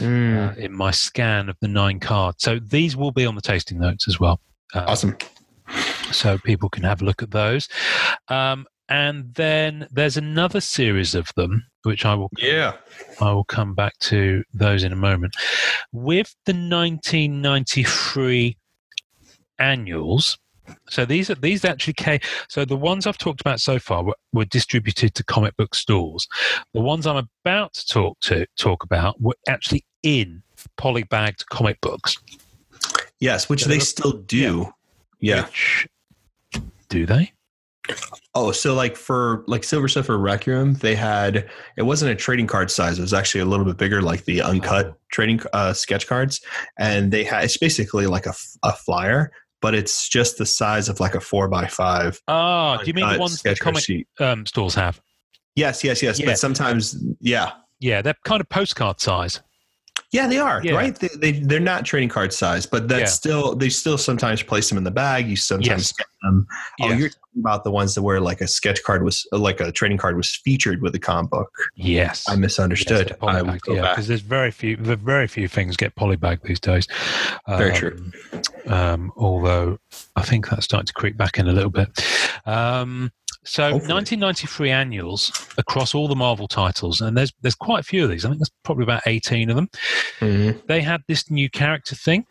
Speaker 2: Uh, in my scan of the nine cards, so these will be on the tasting notes as well. Uh,
Speaker 3: Awesome.
Speaker 2: so people can have a look at those. Um, and then there's another series of them, which I will
Speaker 3: Yeah.
Speaker 2: I will come back to those in a moment. With the 1993 annuals, so these are these actually came. So the ones I've talked about so far were, were distributed to comic book stores. The ones I'm about to talk to talk about were actually in polybagged comic books.
Speaker 3: Yes, which
Speaker 2: Yeah,
Speaker 3: they
Speaker 2: they're-
Speaker 3: still do. Yeah.
Speaker 2: Which, do they?
Speaker 3: Oh, so like for like Silver Surfer Requiem, they had it wasn't a trading card size. It was actually a little bit bigger, like the uncut
Speaker 2: Oh.
Speaker 3: trading uh, sketch cards, and they had it's basically like a, f- a flyer, but it's just the size of like a four by five.
Speaker 2: Ah, do you mean the
Speaker 3: uncut
Speaker 2: ones that
Speaker 3: sketch card
Speaker 2: comic
Speaker 3: sheet.
Speaker 2: um, stores have?
Speaker 3: Yes, yes, yes.
Speaker 2: Yeah.
Speaker 3: But sometimes, yeah,
Speaker 2: Yeah, they're kind of postcard size.
Speaker 3: Yeah, they are
Speaker 2: Yeah.
Speaker 3: right. They, they they're not trading card size, but that's
Speaker 2: Yeah.
Speaker 3: still they still sometimes place them in the bag. You sometimes
Speaker 2: Yes.
Speaker 3: get them. Oh,
Speaker 2: Yeah.
Speaker 3: you're talking about the ones that where like a sketch card was like a trading card was featured with a comic book.
Speaker 2: Yes.
Speaker 3: I misunderstood.
Speaker 2: Yes, they're
Speaker 3: I
Speaker 2: polybagged,
Speaker 3: will go
Speaker 2: yeah,
Speaker 3: Oh, back.
Speaker 2: because there's very few, there are very few things get polybagged these days.
Speaker 3: Very
Speaker 2: Um,
Speaker 3: true.
Speaker 2: Um, although I think that's starting to creep back in a little bit. Um, so
Speaker 3: Hopefully.
Speaker 2: 1993 annuals across all the Marvel titles, and there's there's quite a few of these. I think there's probably about 18 of them.
Speaker 3: Mhm.
Speaker 2: They had this new character thing,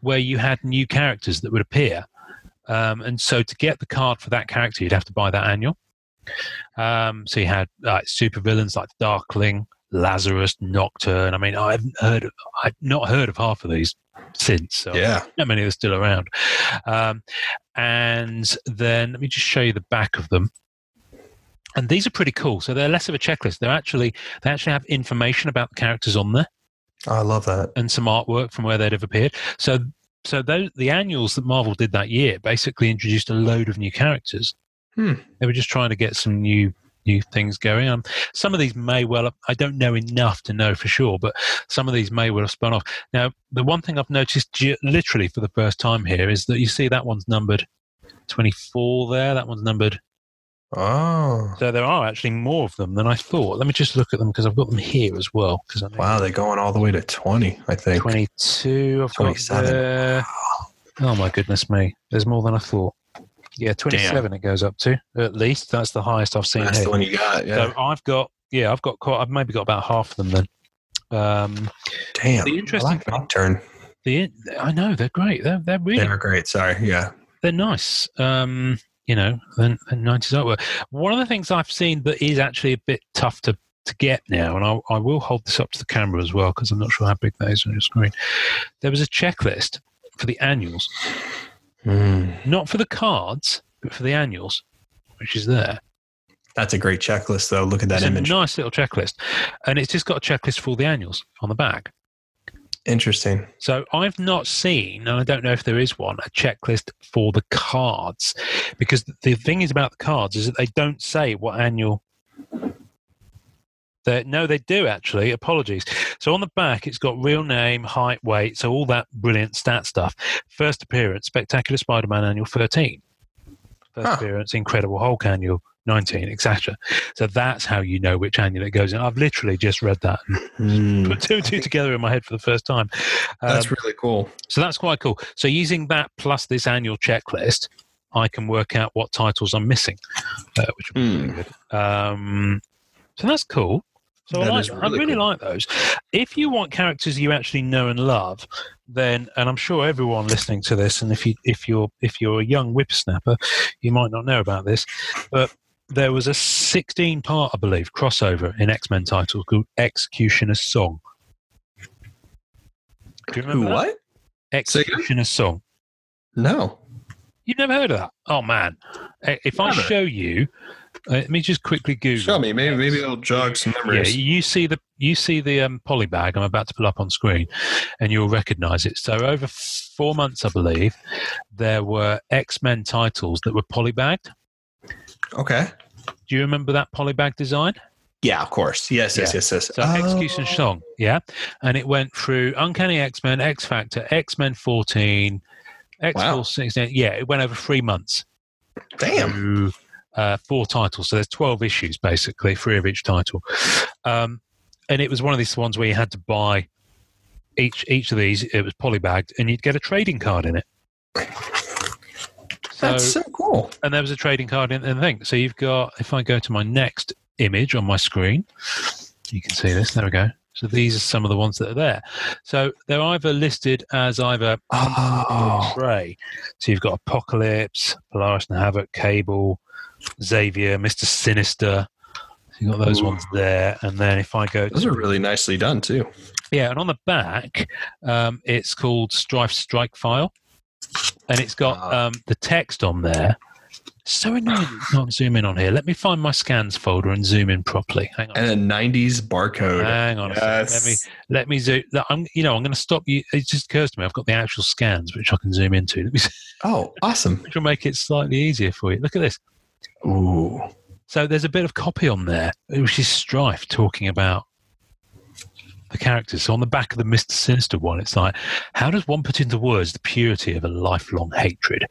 Speaker 2: where you had new characters that would appear, um, and so to get the card for that character, you'd have to buy that annual. Um, so you had like supervillains like Darkling, Lazarus, Nocturne. I mean, I haven't heard, I've not heard of half of these since. So
Speaker 3: Yeah,
Speaker 2: not many are still around. Um, and then let me just show you the back of them. And these are pretty cool. So they're less of a checklist. They're actually they actually have information about the characters on there
Speaker 3: I love that.
Speaker 2: and some artwork from where they'd have appeared. So so those the annuals that Marvel did that year basically introduced a load of new characters.
Speaker 3: Hmm.
Speaker 2: They were just trying to get some new new things going. Um, some of these may well I don't know enough to know for sure, but some of these may well have spun off. Now the one thing I've noticed ge- literally for the first time here is that you see that one's numbered. 24 there that one's numbered
Speaker 3: Oh,
Speaker 2: so there are actually more of them than i thought let me just look at them because i've got them here as well because i know
Speaker 3: wow, they're going all the way to twenty. I think.
Speaker 2: 22. I've got
Speaker 3: 27.
Speaker 2: there. Oh my goodness me! There's more than I thought. Yeah, 27 it goes up to at least. That's the highest I've seen.
Speaker 3: That's
Speaker 2: here.
Speaker 3: the one you got. Yeah.
Speaker 2: So I've got yeah, I've got quite. I've maybe got about half of them then. Um,
Speaker 3: Damn.
Speaker 2: the interesting
Speaker 3: I like
Speaker 2: thing-
Speaker 3: Nocturne.
Speaker 2: the I know they're great. They're they're really
Speaker 3: They were great. Sorry. Yeah.
Speaker 2: they're nice. Um, you know, and, and 90s artwork. One of the things I've seen that is actually a bit tough to, to get now, and I, I will hold this up to the camera as well because I'm not sure how big that is on your screen. There was a checklist for the annuals,
Speaker 3: Mm.
Speaker 2: not for the cards, but for the annuals, which is there.
Speaker 3: That's a great checklist, though. Look at that
Speaker 2: it's
Speaker 3: image.
Speaker 2: a nice little checklist, and it's just got a checklist for all the annuals on the back.
Speaker 3: Interesting.
Speaker 2: So I've not seen, and I don't know if there is one, a checklist for the cards, because the thing is about the cards is that they don't say what annual. They, no, they do actually. Apologies. So on the back, it's got real name, height, weight, so all that brilliant stat stuff. First appearance, Spectacular Spider-Man Annual 13. First
Speaker 3: Huh.
Speaker 2: appearance, Incredible Hulk Annual 19, etc. So that's how you know which annual it goes in. I've literally just read that and
Speaker 3: Mm.
Speaker 2: put two and two together in my head for the first time. Um,
Speaker 3: That's really cool.
Speaker 2: so that's quite cool. So using that plus this annual checklist, I can work out what titles I'm missing, uh, which would be
Speaker 3: Hmm.
Speaker 2: really good. Um, so that's cool. So I,
Speaker 3: That
Speaker 2: like,
Speaker 3: is
Speaker 2: I
Speaker 3: really
Speaker 2: really
Speaker 3: cool.
Speaker 2: like those. If you want characters you actually know and love, then and I'm sure everyone listening to this, and if you if you're if you're a young whippersnapper, you might not know about this, but there was a 16 part, I believe, crossover in X Men titles called Executioner's Song. Do you remember that?
Speaker 3: What? Say again?
Speaker 2: Executioner's Song.
Speaker 3: No.
Speaker 2: You've never heard of that? Oh man! Eh, If I
Speaker 3: Never.
Speaker 2: show you, uh, let me just quickly Google.
Speaker 3: Show me. Maybe maybe it'll jog some
Speaker 2: Yeah,
Speaker 3: memories.
Speaker 2: you see the you see the um, poly bag I'm about to put up on screen, and you'll recognise it. So over four months, I believe, there were X Men titles that were poly bagged.
Speaker 3: Okay.
Speaker 2: Do you remember that poly bag design?
Speaker 3: Yeah, of course. Yes, yes,
Speaker 2: Yeah.
Speaker 3: yes, yes. Oh,
Speaker 2: So Execution Song, yeah, and it went through Uncanny X Men, X Factor, X Men 14, X
Speaker 3: Wow.
Speaker 2: Force 16. Yeah, it went over three months.
Speaker 3: Damn.
Speaker 2: through, uh, four titles. So there's 12 issues, basically, three of each title. Um, and it was one of these ones where you had to buy each each of these. It was polybagged, and you'd get a trading card in it. So,
Speaker 3: That's so cool.
Speaker 2: and there was a trading card in the thing. So you've got, if I go to my next image on my screen, you can see this. There we go. So these are some of the ones that are there. So they're either listed as either
Speaker 3: Oh,
Speaker 2: Ray. So you've got Apocalypse, Polaris and Havoc, Cable, Xavier, Mr. Sinister. So you've got those
Speaker 3: Ooh.
Speaker 2: ones there. And then if I go.
Speaker 3: those are really nicely done too.
Speaker 2: yeah, and on the back, um, it's called Strife Strike File. And it's got
Speaker 3: Ah.
Speaker 2: um, the text on there. So annoying it's not zoom in on here. Let me find my scans folder and zoom in properly. Hang on.
Speaker 3: And a '90s barcode.
Speaker 2: Hang on a second. Let me
Speaker 3: Yes.
Speaker 2: let me zoom. I'm you know I'm going to stop you. It just occurs to me I've got the actual scans which I can zoom into. Let me
Speaker 3: Oh, awesome.
Speaker 2: which will make it slightly easier for you. Look at this.
Speaker 3: Ooh.
Speaker 2: So there's a bit of copy on there, which is Strife talking about the characters. So on the back of the Mr. Sinister one, it's like, how does one put into words the purity of a lifelong hatred?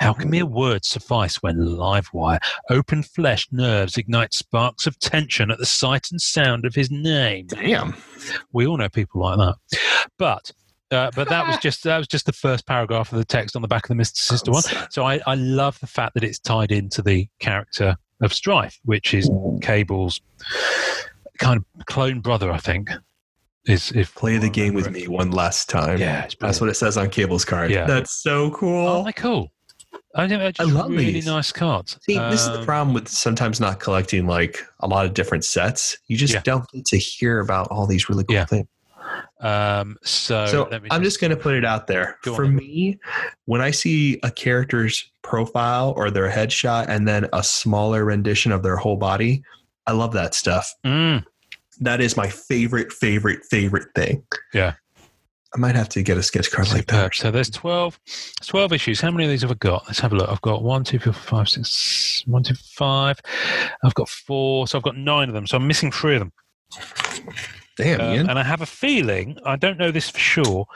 Speaker 2: How can mere words suffice when live wire, open flesh nerves ignite sparks of tension at the sight and sound of his name?
Speaker 3: Damn.
Speaker 2: We all know people like that. But uh, but that was just that was just the first paragraph of the text on the back of the Mr. Sinister one. So I, I love the fact that it's tied into the character of Strife, which is Cable's kind of clone brother, I think. Is if
Speaker 3: Play the game with me one last time.
Speaker 2: Yeah, it's
Speaker 3: That's what it says on Cable's card.
Speaker 2: Yeah.
Speaker 3: That's so
Speaker 2: Oh,
Speaker 3: cool.
Speaker 2: they're cool. I, think they're
Speaker 3: I
Speaker 2: just
Speaker 3: love
Speaker 2: really
Speaker 3: these.
Speaker 2: nice cards.
Speaker 3: See, this is the
Speaker 2: Um,
Speaker 3: problem with sometimes not collecting like a lot of different sets. You just
Speaker 2: Yeah.
Speaker 3: don't get to hear about all these really cool
Speaker 2: Yeah.
Speaker 3: things.
Speaker 2: Um, so,
Speaker 3: so
Speaker 2: let me
Speaker 3: I'm just going to put it out there.
Speaker 2: Go on
Speaker 3: For
Speaker 2: then.
Speaker 3: me, when I see a character's profile or their headshot and then a smaller rendition of their whole body, I love that stuff.
Speaker 2: Mm,
Speaker 3: That is my favorite, favorite, favorite thing.
Speaker 2: Yeah.
Speaker 3: I might have to get a sketch card like
Speaker 2: superb.
Speaker 3: that.
Speaker 2: So there's 12, 12 issues. How many of these have I got? Let's have a look. I've got one, two, three, four, five, six, one, two, five. I've got four. So I've got nine of them. So I'm missing three of them.
Speaker 3: Damn,
Speaker 2: Uh,
Speaker 3: Ian.
Speaker 2: and I have a feeling, I don't know this for sure,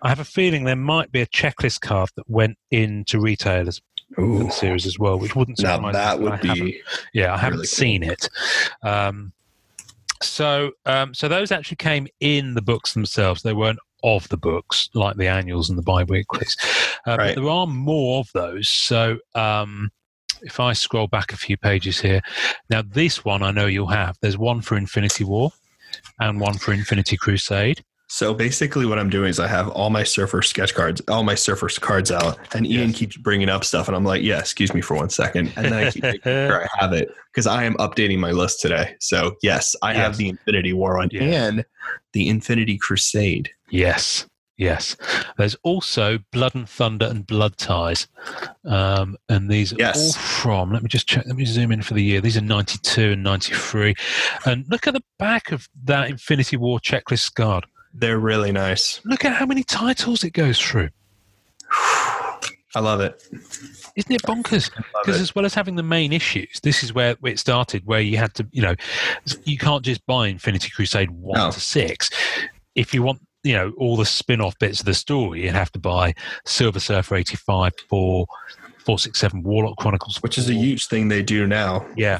Speaker 2: I have a feeling there might be a checklist card that went into retailers for
Speaker 3: Ooh.
Speaker 2: the series as well, which wouldn't surprise
Speaker 3: Now
Speaker 2: me, but
Speaker 3: that
Speaker 2: I
Speaker 3: would
Speaker 2: haven't-
Speaker 3: be
Speaker 2: Yeah, I haven't
Speaker 3: really cool.
Speaker 2: seen it. Um, so, um, so those actually came in the books themselves. They weren't of the books like the annuals and the bi-weeklies. Uh,
Speaker 3: Right.
Speaker 2: But there are more of those. So, um, if I scroll back a few pages here, now this one I know you'll have. There's one for Infinity War and one for Infinity Crusade.
Speaker 3: So basically, what I'm doing is I have all my surfer sketch cards, all my surfer cards out, and Ian keeps bringing up stuff, and I'm like, "Yeah, excuse me for one second. and then I keep making sure I have it because I am updating my list today. So yes, I have
Speaker 2: Yes.
Speaker 3: the Infinity War one
Speaker 2: Yeah.
Speaker 3: and the Infinity Crusade.
Speaker 2: Yes, yes. There's also Blood and Thunder and Blood Ties, um, and these are
Speaker 3: Yes.
Speaker 2: all from. Let me just check. Let me zoom in for the year. These are '92 and '93, and look at the back of that Infinity War checklist card.
Speaker 3: They're really nice.
Speaker 2: Look at how many titles it goes through.
Speaker 3: I love it.
Speaker 2: Isn't it bonkers?
Speaker 3: I love
Speaker 2: Because
Speaker 3: it.
Speaker 2: as well as having the main issues, this is where it started, where you had to, you know, you can't just buy Infinity Crusade one
Speaker 3: No.
Speaker 2: to six. If you want, you know, all the spin-off bits of the story, you have to buy Silver Surfer eighty five for four six seven Warlock Chronicles,
Speaker 3: Which is a
Speaker 2: 4.
Speaker 3: huge thing they do now.
Speaker 2: yeah,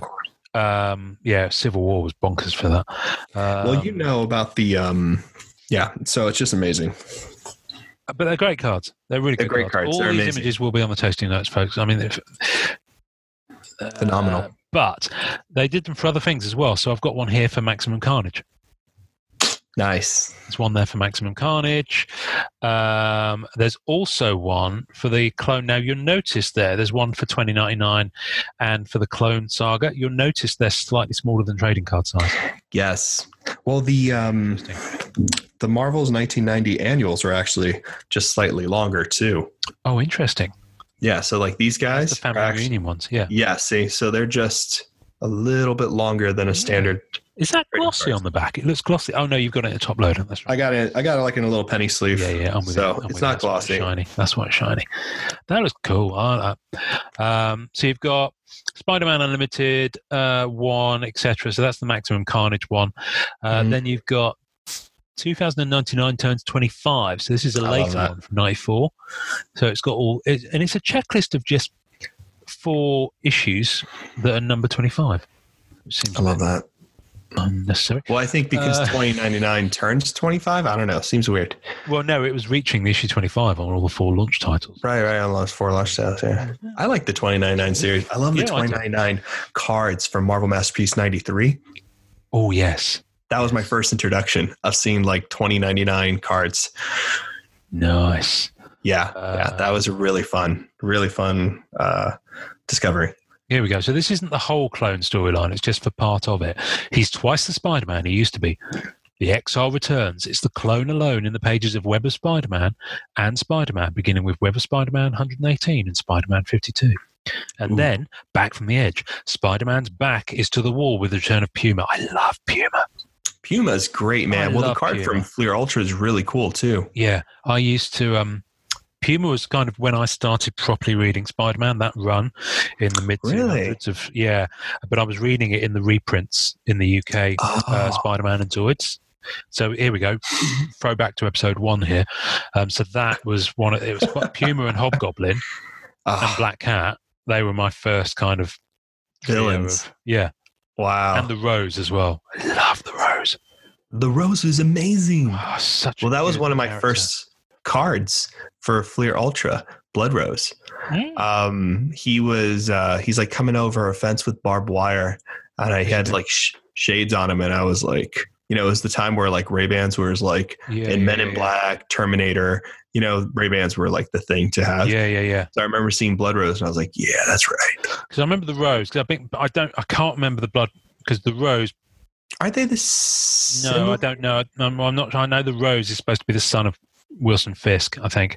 Speaker 2: um, yeah. Civil War was bonkers for that. Um,
Speaker 3: well, you know about the um, yeah. So it's just amazing.
Speaker 2: but they're great cards. They're really
Speaker 3: They're
Speaker 2: good
Speaker 3: great cards.
Speaker 2: All
Speaker 3: They're
Speaker 2: these
Speaker 3: amazing.
Speaker 2: images will be on the tasting notes, folks. I mean, if,
Speaker 3: Phenomenal.
Speaker 2: Uh, but they did them for other things as well. So I've got one here for Maximum Carnage.
Speaker 3: Nice.
Speaker 2: There's one there for Maximum Carnage. Um, there's also one for the clone. Now you'll notice there. There's one for 2099, and for the Clone Saga, you'll notice they're slightly smaller than trading card size.
Speaker 3: Yes. Well, the um,
Speaker 2: Interesting.
Speaker 3: the Marvel's 1990 annuals are actually just slightly longer too.
Speaker 2: Oh, interesting.
Speaker 3: Yeah. So like these
Speaker 2: That's
Speaker 3: guys
Speaker 2: the
Speaker 3: are
Speaker 2: family
Speaker 3: actually-
Speaker 2: reunion ones. Yeah.
Speaker 3: Yeah, see, so they're just a little bit longer than a standard
Speaker 2: Is that
Speaker 3: Trading
Speaker 2: glossy
Speaker 3: cards.
Speaker 2: on the back? It looks glossy. Oh no, you've got it at the top loader. That's right.
Speaker 3: I got it. I got it like in a little penny sleeve.
Speaker 2: Yeah, yeah, I'm with
Speaker 3: so
Speaker 2: it. I'm
Speaker 3: it's
Speaker 2: with
Speaker 3: not
Speaker 2: it. That's why it's
Speaker 3: glossy.
Speaker 2: Shiny. That's why it's shiny. That was cool. I like that. Um, so you've got Spider-Man Unlimited uh, one, etc. So that's the Maximum Carnage one. Uh,
Speaker 3: Mhm.
Speaker 2: Then you've got 2099 turns 25. So this is a
Speaker 3: I love
Speaker 2: later
Speaker 3: that.
Speaker 2: one from 94. So it's got all, it, and it's a checklist of just four issues that are number 25. It seems
Speaker 3: I love that.
Speaker 2: unnecessary.
Speaker 3: Well, I think because
Speaker 2: Uh,
Speaker 3: 2099 turns 25. I don't know. Seems weird.
Speaker 2: Well, no, it was reaching the issue 25 on all the four launch titles.
Speaker 3: Right, right. I lost four launch sales. Yeah, I like the 2099 series. I love the
Speaker 2: Yeah, I do.
Speaker 3: 2099 cards from Marvel Masterpiece 93.
Speaker 2: Oh yes.
Speaker 3: That was my first introduction of seeing like 2099 cards.
Speaker 2: Nice.
Speaker 3: Yeah,
Speaker 2: Uh,
Speaker 3: yeah, that was a really fun, really fun uh, discovery.
Speaker 2: Here we go. So this isn't the whole clone storyline. It's just for part of it. He's twice the Spider-Man he used to be. The Exile returns. It's the clone alone in the pages of Web of Spider-Man and Spider-Man, beginning with Web of Spider-Man 118 and Spider-Man 52. And
Speaker 3: Ooh.
Speaker 2: then back from the edge, Spider-Man's back is to the wall with the return of Puma. I love Puma.
Speaker 3: Puma's great, man.
Speaker 2: Oh, I
Speaker 3: well, the
Speaker 2: love
Speaker 3: card
Speaker 2: Puma.
Speaker 3: from Fleer Ultra is really cool too.
Speaker 2: Yeah, I used to. Um, Puma was kind of when I started properly reading Spider Man, that run in the mid 200s
Speaker 3: Really?
Speaker 2: of. Yeah, but I was reading it in the reprints in the UK, uh,
Speaker 3: Oh.
Speaker 2: Spider Man and Zoids. So here we go. Throwback to episode one here. Um, so that was one of. It was quite- Puma and Hobgoblin and
Speaker 3: Ah,
Speaker 2: Black Cat. They were my first kind of. trio
Speaker 3: villains. Ah.
Speaker 2: of- yeah.
Speaker 3: Wow,
Speaker 2: And the Rose as well. I love the Rose.
Speaker 3: the rose was amazing.
Speaker 2: Oh, such a
Speaker 3: Well, that was
Speaker 2: good
Speaker 3: one of my
Speaker 2: character.
Speaker 3: first cards for Fleer Ultra, Blood Rose.
Speaker 2: Mm.
Speaker 3: um he was uh he's like coming over a fence with barbed wire and i had like sh- shades on him and i was like you know it was the time where like ray bans were like
Speaker 2: Yeah,
Speaker 3: in
Speaker 2: yeah,
Speaker 3: men
Speaker 2: yeah,
Speaker 3: in
Speaker 2: yeah.
Speaker 3: black terminator you know ray bans were like the thing to have
Speaker 2: Yeah, yeah, yeah.
Speaker 3: so i remember seeing blood rose and i was like yeah that's right
Speaker 2: Because I remember the rose. 'cause I think I don't. I can't remember the blood. Because the rose.
Speaker 3: aren't they the
Speaker 2: No,
Speaker 3: symbol?
Speaker 2: I don't know. I'm, I'm not. I know the rose is supposed to be the son of Wilson Fisk. I think,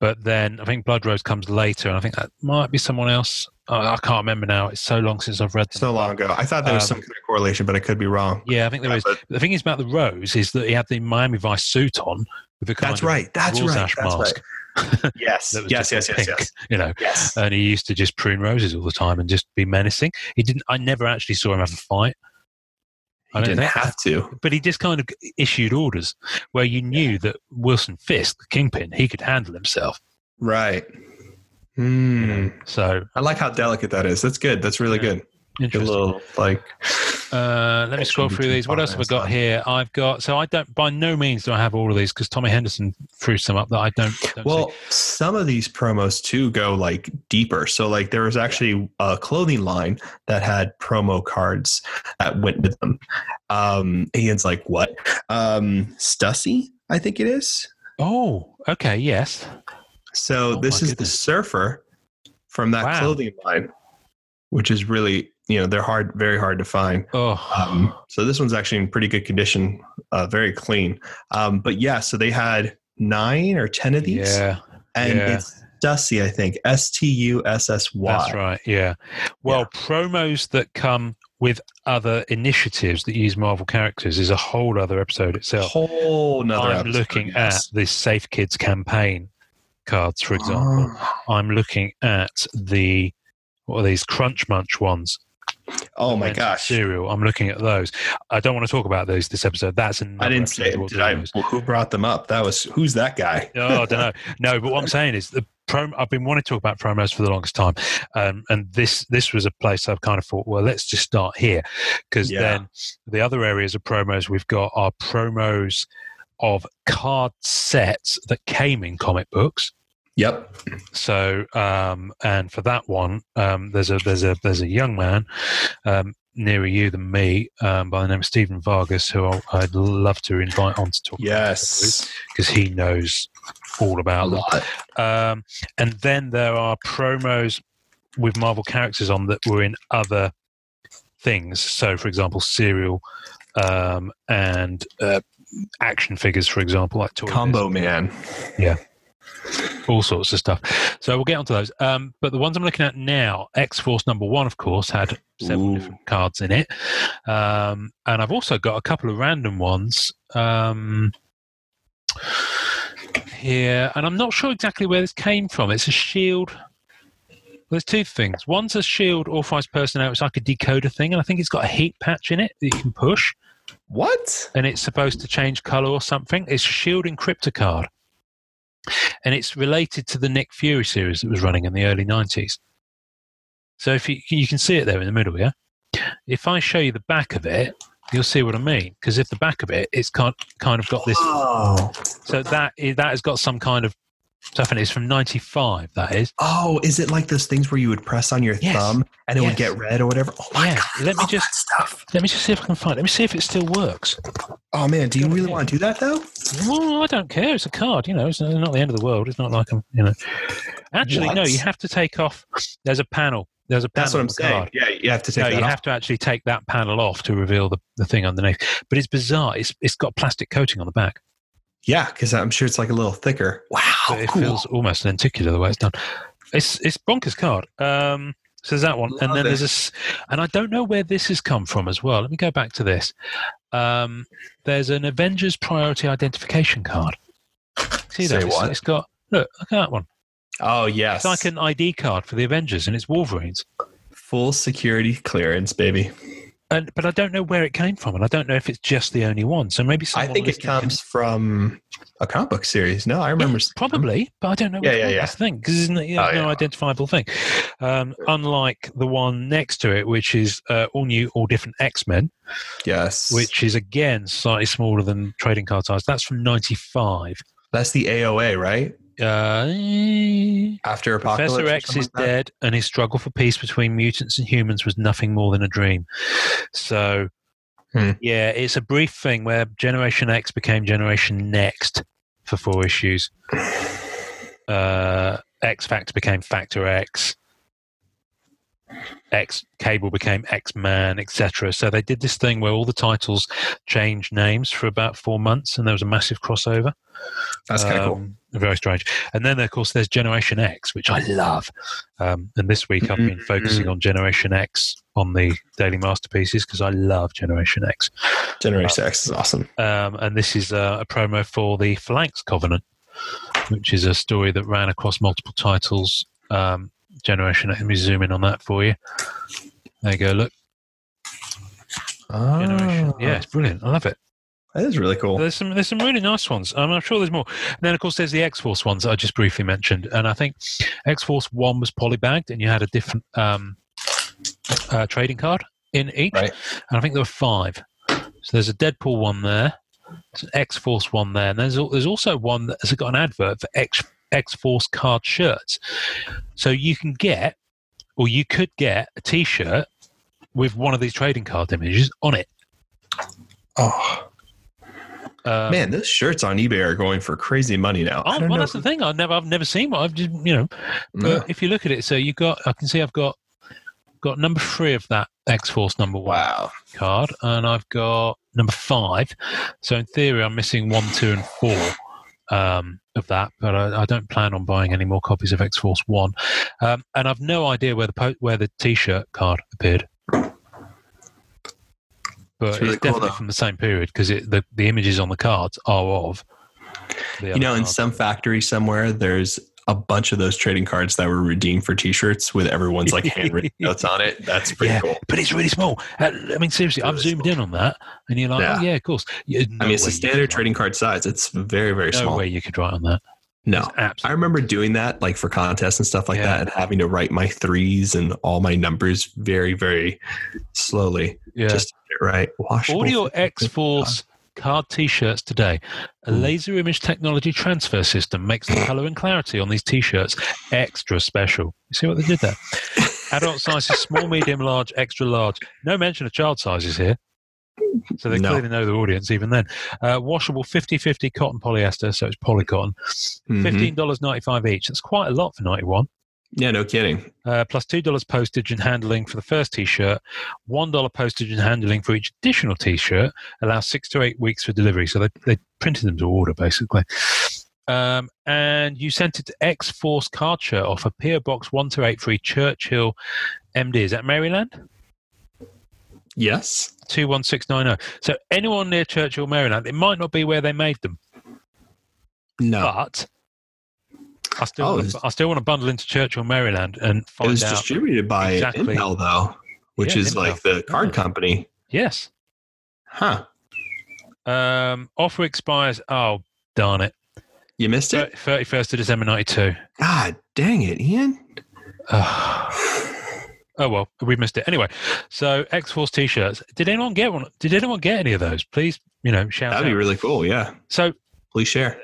Speaker 2: but then I think blood rose comes later, and I think that might be someone else. I, I can't remember now. It's so long since I've read them.
Speaker 3: so long ago i thought there was
Speaker 2: Um,
Speaker 3: some kind of correlation but i could be wrong
Speaker 2: yeah, I think there is.
Speaker 3: But
Speaker 2: The thing is about the rose is that he had the Miami Vice suit on with the kind
Speaker 3: that's
Speaker 2: of
Speaker 3: right that's right
Speaker 2: Rorschach
Speaker 3: that's right
Speaker 2: mask.
Speaker 3: yes
Speaker 2: that was
Speaker 3: yes yes
Speaker 2: just
Speaker 3: yes
Speaker 2: pink, Uh,
Speaker 3: yes
Speaker 2: You know,
Speaker 3: yes
Speaker 2: and he used to just prune roses all the time and just be menacing. He didn't. I never actually saw him have a fight.
Speaker 3: i didn't
Speaker 2: think-
Speaker 3: have to
Speaker 2: but he just kind of issued orders where you knew that Wilson Fisk, the kingpin, he could handle himself.
Speaker 3: right Hmm.
Speaker 2: you know. So
Speaker 3: I like how delicate that is. That's good. That's really
Speaker 2: Yeah.
Speaker 3: good. Good
Speaker 2: interesting.
Speaker 3: little like.
Speaker 2: Uh, let me scroll through these. What else have I got here? I've got so I don't by no means do I have all of these because Tommy Henderson threw some up that I don't. don't
Speaker 3: Well, some of these promos too go like deeper. So like there was actually a clothing line that had promo cards that went with them. Um, Ian's like, what? Um, Stussy, I think it is.
Speaker 2: see. oh, okay, yes,
Speaker 3: So
Speaker 2: Oh,
Speaker 3: this
Speaker 2: my
Speaker 3: is the
Speaker 2: goodness.
Speaker 3: surfer from that
Speaker 2: Wow.
Speaker 3: clothing line, which is really you know they're hard, very hard to find.
Speaker 2: oh,
Speaker 3: Um, so this one's actually in pretty good condition, uh, very clean. Um, but yeah, so they had nine or ten of these,
Speaker 2: yeah,
Speaker 3: and
Speaker 2: yeah.
Speaker 3: it's Stussy, I think, S T U S S
Speaker 2: that's
Speaker 3: Y.
Speaker 2: right, yeah. Well, promos that come with other initiatives that use Marvel characters is a whole other episode
Speaker 3: A
Speaker 2: itself.
Speaker 3: whole another.
Speaker 2: I'm looking at the Safe Kids campaign cards, for example.
Speaker 3: Um, Ah.
Speaker 2: I'm looking at the what are these Crunch Munch ones?
Speaker 3: Oh my
Speaker 2: Fermented
Speaker 3: gosh!
Speaker 2: cereal. I'm looking at those. I don't want to talk about those this episode. That's another.
Speaker 3: I didn't say.
Speaker 2: episode
Speaker 3: Did I?
Speaker 2: altogether.
Speaker 3: Who brought them up? That was who's that guy?
Speaker 2: Oh, I don't know. No, but what I'm saying is the prom. I've been wanting to talk about promos for the longest time, um, and this this was a place I've kind of thought, well, let's just start here, because
Speaker 3: Yeah.
Speaker 2: then the other areas of promos we've got are promos of card sets that came in comic books.
Speaker 3: Yep.
Speaker 2: So, um, and for that one, um, there's a there's a there's a young man um, nearer you than me um, by the name of Stephen Vargas, who I'll, I'd love to invite on to talk.
Speaker 3: Yes.
Speaker 2: because he knows all
Speaker 3: A
Speaker 2: about them.
Speaker 3: lot.
Speaker 2: Um, and then there are promos with Marvel characters on that were in other things. So, for example, cereal um, and uh, action figures, for example, like toys.
Speaker 3: Combo man.
Speaker 2: all sorts of stuff. So we'll get onto those. Um, but the ones I'm looking at now, X Force number one, of course, had several
Speaker 3: Ooh.
Speaker 2: different cards in it, um, and I've also got a couple of random ones um, here, and I'm not sure exactly where this came from. It's a shield. Well, there's two things. One's a shield authorized personnel. It's like a decoder thing, and I think it's got a heat patch in it that you can push,
Speaker 3: What?
Speaker 2: and it's supposed to change color or something. It's a shield encryptor card and it's related to the Nick Fury series that was running in the early 90s. So if you, you can see it there in the middle, yeah? If I show you the back of it, you'll see what I mean. Because if the back of it, it's kind, kind of got this.
Speaker 3: Oh,
Speaker 2: So that i- that has got some kind of stuff in it. It's from 95, that is.
Speaker 3: oh, is it like those things where you would press on your
Speaker 2: Yes.
Speaker 3: thumb and it would
Speaker 2: Yes.
Speaker 3: get red or whatever? Oh my
Speaker 2: Yeah,
Speaker 3: god!
Speaker 2: let me
Speaker 3: love
Speaker 2: just-
Speaker 3: that stuff.
Speaker 2: Let me just see if I can find it. Let me see if it still works.
Speaker 3: Oh man, do you
Speaker 2: Go
Speaker 3: really
Speaker 2: ahead.
Speaker 3: want to do that
Speaker 2: Oh
Speaker 3: though?
Speaker 2: Well, I don't care. It's a card, you know. It's not the end of the world. It's not like I'm, you know. Actually, no,
Speaker 3: What?
Speaker 2: you have to take off. There's a panel. There's a panel
Speaker 3: That's what
Speaker 2: on
Speaker 3: I'm
Speaker 2: the
Speaker 3: saying.
Speaker 2: card.
Speaker 3: Yeah, you have to take
Speaker 2: no,
Speaker 3: that
Speaker 2: you
Speaker 3: off.
Speaker 2: have to actually take that panel off to reveal the, the thing underneath. But it's bizarre. It's it's got plastic coating on the back,
Speaker 3: yeah, because I'm sure it's like a little thicker. Wow,
Speaker 2: so it
Speaker 3: cool.
Speaker 2: feels almost lenticular the way it's done. It's it's bonkers card. Um, so there's that one, and
Speaker 3: Love
Speaker 2: then
Speaker 3: it.
Speaker 2: there's this, and I don't know where this has come from as well. Let me go back to this. Um, there's an Avengers priority identification card. See
Speaker 3: Say
Speaker 2: that? It's-
Speaker 3: what?
Speaker 2: it's got look look at that one.
Speaker 3: oh yes,
Speaker 2: It's like an ID card for the Avengers, and it's Wolverines.
Speaker 3: full security clearance, baby.
Speaker 2: And, but I don't know where it came from, and I don't know if it's just the only one. So maybe
Speaker 3: I
Speaker 2: someone
Speaker 3: think it
Speaker 2: listening can-
Speaker 3: comes from a comic book series. No, I remember seeing them.
Speaker 2: Probably, but I don't know.
Speaker 3: Yeah,
Speaker 2: which
Speaker 3: yeah,
Speaker 2: one
Speaker 3: yeah.
Speaker 2: That's the thing because it's not you know,
Speaker 3: Oh,
Speaker 2: no
Speaker 3: yeah.
Speaker 2: identifiable thing. Um, unlike the one next to it, which is uh, all new, all different X Men,
Speaker 3: Yes,
Speaker 2: which is again slightly smaller than trading card size. That's from '95.
Speaker 3: that's the AOA, right?
Speaker 2: Uh,
Speaker 3: After Apocalypse.
Speaker 2: Professor
Speaker 3: or
Speaker 2: X
Speaker 3: something
Speaker 2: is
Speaker 3: like that?
Speaker 2: dead, and his struggle for peace between mutants and humans was nothing more than a dream. So,
Speaker 3: Hmm.
Speaker 2: yeah, it's a brief thing where Generation X became Generation Next for four issues. Uh, X Factor became Factor X. X Cable became X Man, etc. So they did this thing where all the titles changed names for about four months, and there was a massive crossover.
Speaker 3: That's kind of cool.
Speaker 2: Um, Very strange. And then, of course, there's Generation X, which I love. Um, and this week I've been
Speaker 3: Mm-hmm.
Speaker 2: focusing on Generation X on the Daily Masterpieces because I love Generation X.
Speaker 3: Generation X is awesome.
Speaker 2: Um, and this is uh, a promo for the Phalanx Covenant, which is a story that ran across multiple titles. Um, Generation X. Let me zoom in on that for you. There you go. Look, Generation.
Speaker 3: Oh,
Speaker 2: Yeah, it's brilliant. I love it.
Speaker 3: Ah, that is really cool.
Speaker 2: There's some there's some really nice ones. Um, I'm sure there's more. And then of course there's the X Force ones that I just briefly mentioned. And I think X Force one was polybagged, and you had a different um, uh, trading card in each.
Speaker 3: Right.
Speaker 2: And I think there were five. So there's a Deadpool one there, there's an X Force one there, and there's al- there's also one that has got an advert for X X Force card shirts. So you can get, or you could get a T-shirt with one of these trading card images on it.
Speaker 3: Oh
Speaker 2: Um,
Speaker 3: man, those shirts on eBay are going for crazy money now. I
Speaker 2: Oh,
Speaker 3: don't
Speaker 2: well,
Speaker 3: know.
Speaker 2: that's the thing. I've never, I've never seen one. I've just, you know,
Speaker 3: No.
Speaker 2: but if you look at it, so you got, I can see I've got, got number three of that X Force number one
Speaker 3: Wow.
Speaker 2: card, and I've got number five. So in theory, I'm missing one, two, and four um, of that, but I, I don't plan on buying any more copies of X Force One, um, and I've no idea where the po- where the T-shirt card appeared. But
Speaker 3: It's
Speaker 2: it's,
Speaker 3: really cool,
Speaker 2: definitely
Speaker 3: though.
Speaker 2: from the same period because the, the images on the cards are of. the
Speaker 3: You
Speaker 2: other
Speaker 3: know, in
Speaker 2: cards.
Speaker 3: some factory somewhere, there's a bunch of those trading cards that were redeemed for T-shirts with everyone's like handwritten notes on it. That's pretty
Speaker 2: Yeah.
Speaker 3: cool.
Speaker 2: but it's really small. Uh, I mean, seriously, I've
Speaker 3: Really
Speaker 2: zoomed in on that, and you're like,
Speaker 3: Yeah.
Speaker 2: oh yeah, of course. Yeah,
Speaker 3: I
Speaker 2: no
Speaker 3: mean, it's
Speaker 2: way
Speaker 3: a
Speaker 2: you
Speaker 3: standard
Speaker 2: could write-
Speaker 3: trading card size. It's very, very
Speaker 2: No
Speaker 3: small.
Speaker 2: way you could write on that.
Speaker 3: No. I
Speaker 2: Absolutely.
Speaker 3: remember doing that like for contests and stuff like
Speaker 2: Yeah.
Speaker 3: that and having to write my threes and all my numbers very, very slowly.
Speaker 2: Yeah.
Speaker 3: Just to get it right. Washable.
Speaker 2: Order your X Force card T-shirts today. A
Speaker 3: Mm.
Speaker 2: laser image technology transfer system makes the color and clarity on these T-shirts extra special. You see what they did there? Adult sizes, small, medium, large, extra large. No mention of child sizes here. So they
Speaker 3: No.
Speaker 2: clearly know their audience even then. Uh, washable 50-50 cotton polyester, so it's polycotton.
Speaker 3: Mhm.
Speaker 2: $15.95 each. That's quite a lot for 91
Speaker 3: Yeah, no kidding.
Speaker 2: uh, plus two dollars postage and handling for the first T-shirt, one dollar postage and handling for each additional T-shirt. Allows six to eight weeks for delivery. So they they printed them to order basically. Um, and you sent it to X Force Card Shirt off a PO Box 1283 Churchill MD. Is that Maryland?
Speaker 3: Yes.
Speaker 2: 21690. oh. So anyone near Churchill, Maryland, it might not be where they made them,
Speaker 3: No.
Speaker 2: but I still,
Speaker 3: Oh,
Speaker 2: want
Speaker 3: it's-
Speaker 2: to, I still want to bundle into Churchill, Maryland and
Speaker 3: it
Speaker 2: find
Speaker 3: was
Speaker 2: out.
Speaker 3: distributed by
Speaker 2: Exactly.
Speaker 3: Impel though, which
Speaker 2: Yeah,
Speaker 3: is
Speaker 2: Impel.
Speaker 3: like the card
Speaker 2: Yeah.
Speaker 3: company.
Speaker 2: yes.
Speaker 3: Huh.
Speaker 2: Um, offer expires. Oh, darn it.
Speaker 3: You missed it?
Speaker 2: 31st of December 92.
Speaker 3: God dang it, Ian.
Speaker 2: Ugh. oh well, we missed it anyway. So X Force T-shirts. Did anyone get one? Did anyone get any of those? Please, you know, shout
Speaker 3: That'd
Speaker 2: out.
Speaker 3: be really cool. Yeah.
Speaker 2: so
Speaker 3: Please share.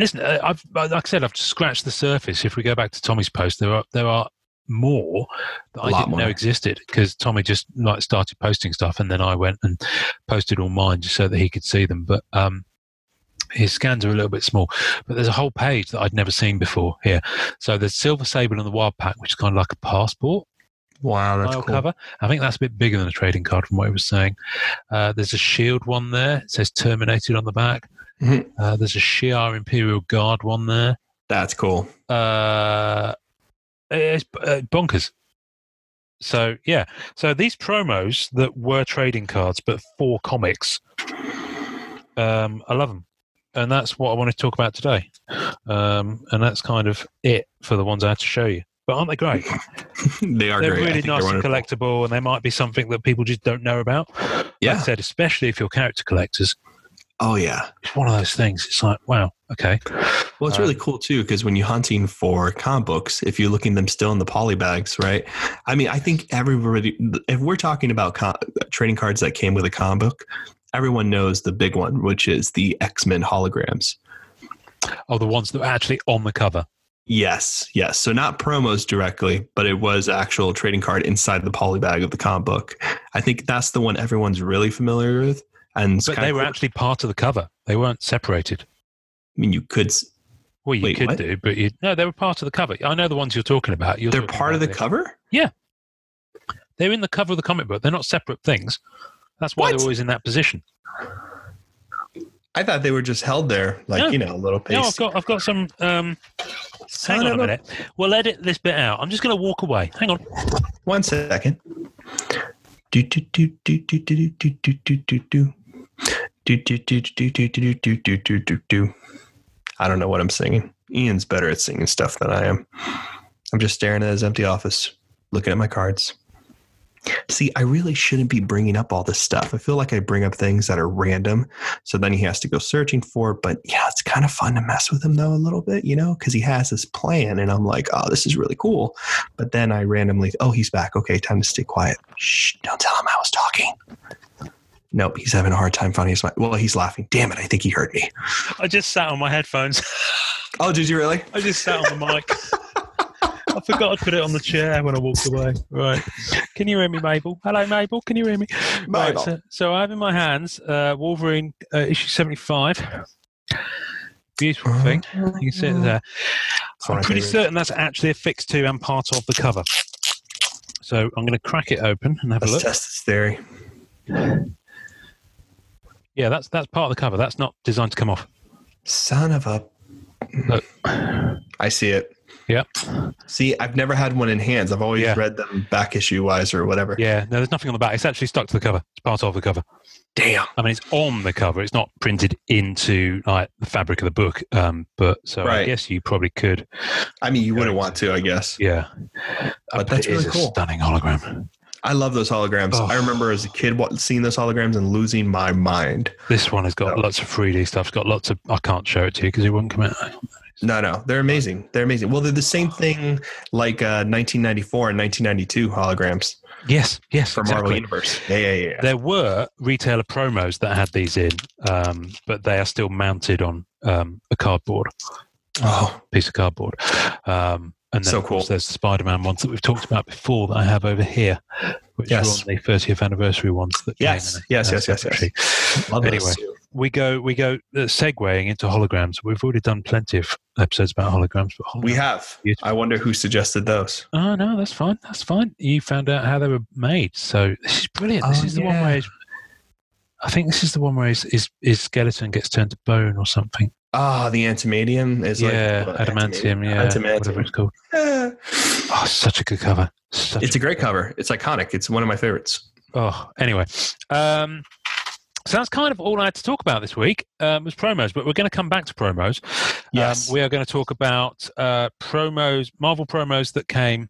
Speaker 2: listen, uh, I've like I said, I've just scratched the surface. If we go back to Tommy's post, there are there are more that
Speaker 3: A
Speaker 2: I
Speaker 3: lot
Speaker 2: didn't know
Speaker 3: more.
Speaker 2: existed because Tommy just like started posting stuff, and then I went and posted all mine just so that he could see them. But um, his scans are a little bit small, but there's a whole page that I'd never seen before here. So there's Silver Sable and the Wild Pack, which is kind of like a passport.
Speaker 3: Wow, that's
Speaker 2: file
Speaker 3: cool.
Speaker 2: cover. I think that's a bit bigger than a trading card from what he was saying. Uh, there's a shield one there. It says terminated on the back.
Speaker 3: Mhm.
Speaker 2: Uh, there's a Shiar Imperial Guard one there.
Speaker 3: That's cool.
Speaker 2: Uh, it's uh, bonkers. So yeah, so these promos that were trading cards but for comics, um, I love them, and that's what I want to talk about today. Um, and that's kind of it for the ones I had to show you. But aren't they great?
Speaker 3: they are
Speaker 2: they're
Speaker 3: great. I
Speaker 2: really
Speaker 3: think they're
Speaker 2: nice and
Speaker 3: wonderful.
Speaker 2: collectible, and they might be something that people just don't know about. Like I
Speaker 3: Yeah.
Speaker 2: said, especially if you're character collectors,
Speaker 3: Oh yeah.
Speaker 2: it's one of those things. It's like, wow, okay,
Speaker 3: Well, it's really cool too because when you're hunting for comic books, if you're looking them still in the poly bags, right? I mean, I think everybody, if we're talking about co trading cards that came with a comic book, everyone knows the big one, which is the X Men holograms.
Speaker 2: are the ones that are actually on the cover.
Speaker 3: Yes, yes. So not promos directly, but it was actual trading card inside the poly bag of the comic book. I think that's the one everyone's really familiar with. And it's
Speaker 2: But
Speaker 3: kinda
Speaker 2: they were
Speaker 3: cool.
Speaker 2: actually part of the cover. They weren't separated.
Speaker 3: I mean, you could. s-
Speaker 2: Well, you
Speaker 3: Wait,
Speaker 2: could
Speaker 3: what?
Speaker 2: do, but you no, they were part of the cover. I know the ones you're talking about. You're
Speaker 3: They're
Speaker 2: talking
Speaker 3: part of the
Speaker 2: about
Speaker 3: cover.
Speaker 2: They're in the cover of the comic book. They're not separate things. That's why
Speaker 3: What?
Speaker 2: they're always in that position.
Speaker 3: I thought they were just held there, like
Speaker 2: No.
Speaker 3: you know, a little paste.
Speaker 2: No, I've got, I've got some. Um,
Speaker 3: Son
Speaker 2: hang on
Speaker 3: of
Speaker 2: a minute. We'll edit this bit out. I'm just going to walk away. Hang on.
Speaker 3: One second. Do do do do do do do do do do do. Do do do do do do do do do do do. I don't know what I'm singing. Ian's better at singing stuff than I am. I'm just staring at his empty office, looking at my cards. See, I really shouldn't be bringing up all this stuff. I feel like I bring up things that are random, so then he has to go searching for it. But yeah, it's kind of fun to mess with him though a little bit, you know, because he has this plan, and I'm like, oh, this is really cool. But then I randomly, oh, he's back. Okay, time to stay quiet. Shh, don't tell him I was talking. Nope, he's having a hard time finding his mic. Well, he's laughing. Damn it, I think he heard me.
Speaker 2: I just sat on my headphones.
Speaker 3: Oh, did you really?
Speaker 2: I just sat on the mic. I forgot I'd put it on the chair when I walked away. Right. Can you hear me, Mabel? Hello, Mabel. Can you hear me? Right,
Speaker 3: Mabel.
Speaker 2: so, so I have in my hands uh, Wolverine uh, issue 75. Beautiful thing. You can see it there.
Speaker 3: It's
Speaker 2: I'm
Speaker 3: one of my
Speaker 2: pretty
Speaker 3: favorites.
Speaker 2: certain that's actually affixed to and part of the cover. So I'm going to crack it open and have a
Speaker 3: Let's
Speaker 2: look.
Speaker 3: test this theory.
Speaker 2: Yeah, that's that's part of the cover. That's not designed to come off.
Speaker 3: Son of a.
Speaker 2: Look.
Speaker 3: I see it.
Speaker 2: Yep.
Speaker 3: See, I've never had one in hands. I've always
Speaker 2: Yeah.
Speaker 3: read them back issue wise or whatever.
Speaker 2: Yeah, no, there's nothing on the back. It's actually stuck to the cover. It's part of the cover.
Speaker 3: Damn.
Speaker 2: I mean, it's on the cover. It's not printed into like the fabric of the book. Um, but so I
Speaker 3: Right.
Speaker 2: guess you probably could.
Speaker 3: I mean, you wouldn't want to, I guess.
Speaker 2: Yeah, Uh,
Speaker 3: But that's
Speaker 2: it is
Speaker 3: really
Speaker 2: a
Speaker 3: cool.
Speaker 2: stunning hologram.
Speaker 3: I love those holograms.
Speaker 2: Oh.
Speaker 3: I remember as a kid wa- seeing those holograms and losing my mind.
Speaker 2: This one has got
Speaker 3: Oh.
Speaker 2: lots of 3D stuff. It's got lots of. I can't show it to you because it won't come out.
Speaker 3: No, no, they're amazing. They're amazing. Well, they're the same thing like uh, 1994 and 1992 holograms
Speaker 2: Yes, yes,
Speaker 3: for Marvel
Speaker 2: exactly.
Speaker 3: Universe. Yeah, yeah, yeah.
Speaker 2: There were retailer promos that had these in, um, but they are still mounted on um, a cardboard
Speaker 3: oh,
Speaker 2: piece of cardboard. Um, and then
Speaker 3: So
Speaker 2: of course,
Speaker 3: cool.
Speaker 2: There's the Spider-Man ones that we've talked about before that I have over here, which
Speaker 3: Yes.
Speaker 2: are on the 30th anniversary ones. That came
Speaker 3: Yes,
Speaker 2: in a-
Speaker 3: yes,
Speaker 2: a
Speaker 3: yes, yes, yes.
Speaker 2: secretary. anyway, we go we go uh, segueing into holograms. We've already done plenty of episodes about holograms, but holograms.
Speaker 3: we have.
Speaker 2: Beautiful.
Speaker 3: I wonder who suggested those.
Speaker 2: Oh no, that's fine. That's fine. You found out how they were made, so this is brilliant. This
Speaker 3: Oh,
Speaker 2: is the one
Speaker 3: yeah.
Speaker 2: where he's- I think this is the one where his, his his skeleton gets turned to bone or something.
Speaker 3: Ah, the antimedium is
Speaker 2: yeah,
Speaker 3: like uh,
Speaker 2: adamantium. Yeah, whatever
Speaker 3: Adamantium.
Speaker 2: it's called.
Speaker 3: Ah.
Speaker 2: Oh, such a good cover. Such
Speaker 3: It's a great cover. It's iconic. It's one of my favorites.
Speaker 2: Oh, anyway. Um, so that's kind of all I had to talk about this week um, was promos, but we're going to come back to promos.
Speaker 3: Yes.
Speaker 2: Um, we are going to talk about uh, promos, Marvel promos that came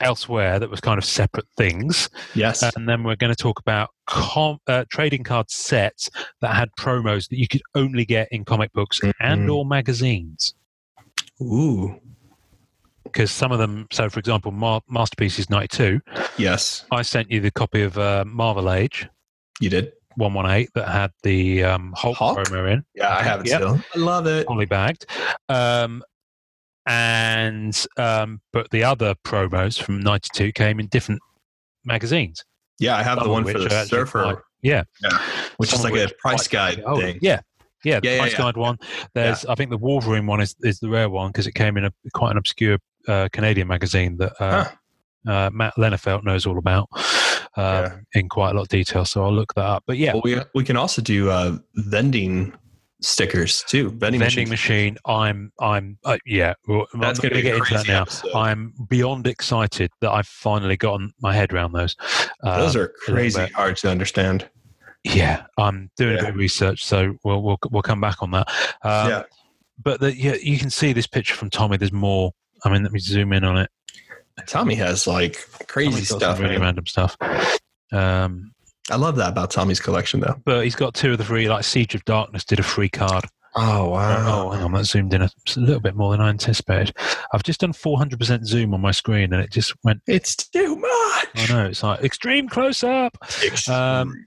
Speaker 2: elsewhere that was kind of separate things.
Speaker 3: Yes.
Speaker 2: And then we're going to talk about com- uh, trading card sets that had promos that you could only get in comic books and
Speaker 3: Mhm.
Speaker 2: or magazines.
Speaker 3: Ooh.
Speaker 2: Because some of them, so for example, Mar- Masterpieces 92,
Speaker 3: Yes,
Speaker 2: I sent you the copy of uh, Marvel Age.
Speaker 3: you did.
Speaker 2: 118 that had the um, Hulk,
Speaker 3: Hulk?
Speaker 2: promo in,
Speaker 3: Yeah, I have it
Speaker 2: Yep. Oh,
Speaker 3: still. I love it.
Speaker 2: fully bagged. Um, and um, but the other promos from 92 came in different magazines.
Speaker 3: Yeah, I have
Speaker 2: Some of
Speaker 3: the one for
Speaker 2: which
Speaker 3: the
Speaker 2: are actually
Speaker 3: surfer,
Speaker 2: quite- yeah.
Speaker 3: which
Speaker 2: some
Speaker 3: is
Speaker 2: of
Speaker 3: like
Speaker 2: which
Speaker 3: a price
Speaker 2: quite-
Speaker 3: guide
Speaker 2: Oh,
Speaker 3: thing.
Speaker 2: yeah. Yeah, the
Speaker 3: Yeah, yeah,
Speaker 2: price
Speaker 3: yeah.
Speaker 2: guide one. There's, I think, the Wolverine one is, is the rare one because it came in a quite an obscure uh, Canadian magazine that uh, uh, Matt Lenefelt knows all about um,
Speaker 3: Yeah.
Speaker 2: in quite a lot of detail. So I'll look that up. But yeah,
Speaker 3: Well, we we can also do uh, vending stickers too. Vending,
Speaker 2: vending
Speaker 3: machines.
Speaker 2: machine. I'm, I'm, uh, yeah. well, I'm
Speaker 3: That's
Speaker 2: not
Speaker 3: going
Speaker 2: gonna
Speaker 3: to be
Speaker 2: get
Speaker 3: a
Speaker 2: into
Speaker 3: crazy
Speaker 2: that now. Uh,
Speaker 3: episode.
Speaker 2: I'm beyond excited that I've finally gotten my head around those. Uh,
Speaker 3: Those are crazy
Speaker 2: bit.
Speaker 3: hard to understand.
Speaker 2: yeah, I'm doing a
Speaker 3: Yeah.
Speaker 2: bit of research, so we'll we'll, we'll come back on that. Um,
Speaker 3: yeah,
Speaker 2: But the, yeah, you can see this picture from Tommy. There's more. I mean, let me zoom in on it.
Speaker 3: Tommy has like crazy
Speaker 2: Tommy's got some
Speaker 3: stuff.
Speaker 2: really
Speaker 3: man.
Speaker 2: random stuff. Um,
Speaker 3: I love that about Tommy's collection, though.
Speaker 2: but he's got two of the three. Like Siege of Darkness did a free card.
Speaker 3: Oh
Speaker 2: Oh, hang on, that zoomed in a s- little bit more than I anticipated. I've just done 400% zoom on my screen, and it just went.
Speaker 3: It's too
Speaker 2: I
Speaker 3: much.
Speaker 2: know it's like extreme close up. Um,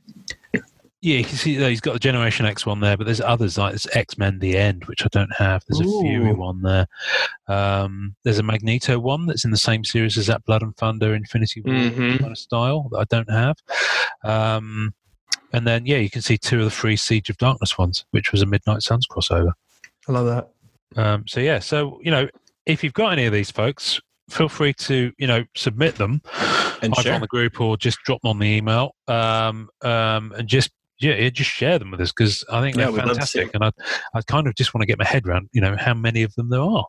Speaker 2: Yeah, you can see that he's got the Generation X one there, but there's others like there's X Men: The End, which I don't have. There's a Fury
Speaker 3: Ooh.
Speaker 2: one there. Um, there's a Magneto one that's in the same series as that Blood and Thunder Infinity War
Speaker 3: Mhm.
Speaker 2: kind of style that I don't have. Um, and then yeah, you can see two of the three Siege of Darkness ones, which was a Midnight Suns crossover.
Speaker 3: I love that.
Speaker 2: Um, so yeah, so you know, if you've got any of these folks, feel free to you know submit them
Speaker 3: And
Speaker 2: either
Speaker 3: share.
Speaker 2: on the group or just drop them on the email um, um, and just yeah, yeah, just share them with us because I think they're
Speaker 3: Yeah, we'd love to see
Speaker 2: fantastic, and I I kind of just want to get my head around you know how many of them there are.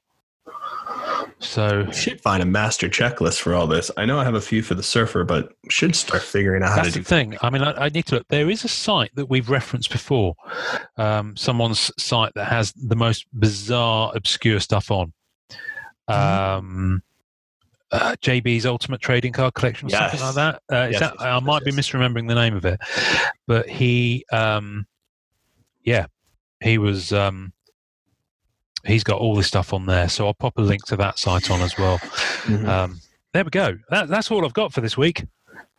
Speaker 2: So
Speaker 3: We should find a master checklist for all this. I know I have a few for the surfer, but should start figuring out how
Speaker 2: that's
Speaker 3: to
Speaker 2: the
Speaker 3: do.
Speaker 2: thing. I mean, I, I need to look. There is a site that we've referenced before, um, someone's site that has the most bizarre, obscure stuff on.
Speaker 3: Mm-hmm.
Speaker 2: Um, uh, JB's Ultimate Trading Card Collection, or something like
Speaker 3: Yes.
Speaker 2: that. Uh, is
Speaker 3: Yes,
Speaker 2: that
Speaker 3: yes,
Speaker 2: I might be
Speaker 3: yes, yes.
Speaker 2: misremembering the name of it, but he, um, yeah, he was. Um, he's got all this stuff on there, so I'll pop a link to that site on as well.
Speaker 3: Mhm.
Speaker 2: Um, there we go. That, that's all I've got for this week.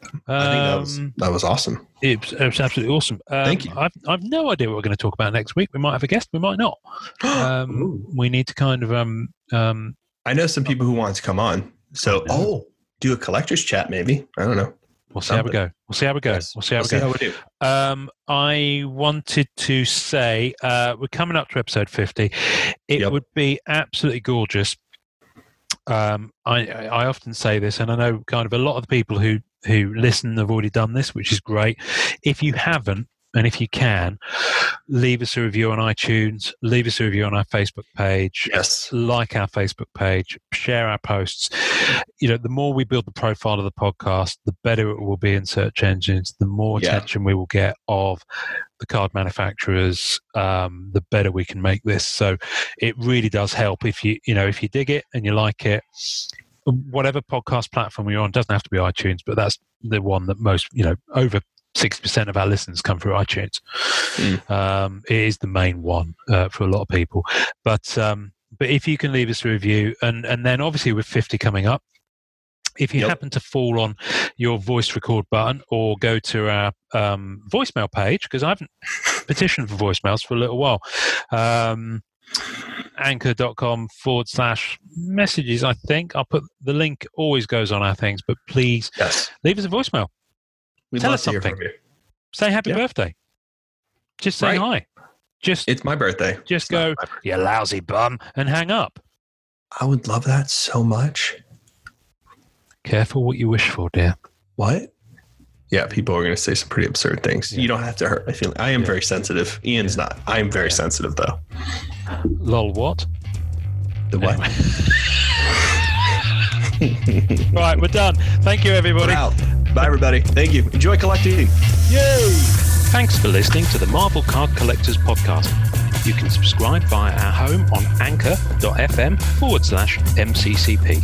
Speaker 3: I think that was
Speaker 2: Um,
Speaker 3: that was awesome.
Speaker 2: it was, it was absolutely awesome. Um,
Speaker 3: Thank you.
Speaker 2: I've, I've no idea what we're going to talk about next week. We might have a guest. We might not. Um,
Speaker 3: Ooh.
Speaker 2: we need to kind of um, um,
Speaker 3: I know some people who want to come on. So
Speaker 2: I know.
Speaker 3: oh, do a collector's chat maybe. I don't know.
Speaker 2: we'll see how we
Speaker 3: Something.
Speaker 2: go. We'll see how we go.
Speaker 3: Yes.
Speaker 2: We'll see how
Speaker 3: We'll
Speaker 2: we
Speaker 3: see
Speaker 2: go.
Speaker 3: how we do.
Speaker 2: Um, I wanted to say uh, we're coming up to episode fifty. It
Speaker 3: Yep.
Speaker 2: would be absolutely gorgeous. Um, I, I often say this, and I know kind of a lot of the people who who listen have already done this, which is great. If you haven't, and if you can, leave us a review on iTunes, leave us a review on our Facebook page,
Speaker 3: Yes.
Speaker 2: like our Facebook page, share our posts. You know, the more we build the profile of the podcast, the better it will be in search engines, the more
Speaker 3: Yeah.
Speaker 2: attention we will get of the card manufacturers, um, the better we can make this. So it really does help if you, you know, if you dig it and you like it, whatever podcast platform you're on, doesn't have to be iTunes, but that's the one that most, you know, over 60% of our listeners come through iTunes.
Speaker 3: Mm.
Speaker 2: Um, it is the main one uh, for a lot of people. But um, but if you can leave us a review, and, and then obviously with 50 coming up, if you
Speaker 3: Yep.
Speaker 2: happen to fall on your voice record button or go to our um, voicemail page, because I haven't petitioned for voicemails for a little while, um, anchor.com forward slash messages, I think. I'll put the link always goes on our things, but please
Speaker 3: Yes.
Speaker 2: leave us a voicemail.
Speaker 3: We'd
Speaker 2: Tell
Speaker 3: love
Speaker 2: us
Speaker 3: to hear
Speaker 2: something.
Speaker 3: from you.
Speaker 2: Say happy
Speaker 3: Yeah.
Speaker 2: birthday. Just say hi. Just
Speaker 3: It's my birthday.
Speaker 2: just go,
Speaker 3: It's not my birthday.
Speaker 2: you lousy bum, and hang up.
Speaker 3: I would love that so much.
Speaker 2: Careful what you wish for, dear.
Speaker 3: What? yeah, people are going to say some pretty absurd things.
Speaker 2: Yeah.
Speaker 3: You don't have to hurt my feelings. I am
Speaker 2: Yeah.
Speaker 3: very sensitive. Ian's not. I'm very
Speaker 2: Yeah.
Speaker 3: sensitive though.
Speaker 2: Lol, what?
Speaker 3: The what?
Speaker 2: Anyway. right, we're done. Thank you, everybody.
Speaker 3: We're out. Bye everybody. Thank you. Enjoy collecting.
Speaker 2: Yay! Thanks for listening to the Marvel Card Collectors Podcast. You can subscribe via our home on anchor.fm forward slash MCCP.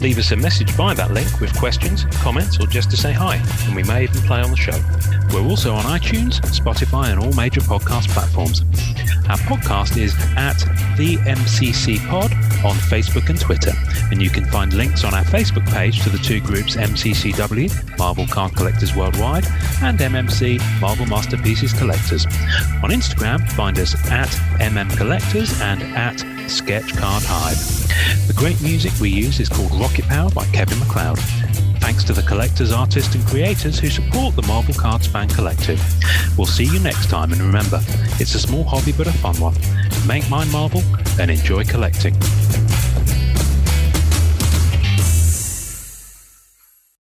Speaker 2: Leave us a message via that link with questions, comments, or just to say hi, and we may even play on the show. We're also on iTunes, Spotify, and all major podcast platforms. Our podcast is at the MCC Pod on Facebook and Twitter, and you can find links on our Facebook page to the two groups MCCW, Marvel Card Collectors Worldwide, and MMC, Marvel Masterpieces Collectors. On Instagram, find us at MM Collectors and at Sketch Card Hive. The great music we use is called Rocket Power by Kevin McLeod. Thanks to the collectors, artists, and creators who support the Marvel Cards Fan Collective. We'll see you next time, and remember, it's a small hobby but a fun one. Make mine Marvel and enjoy collecting.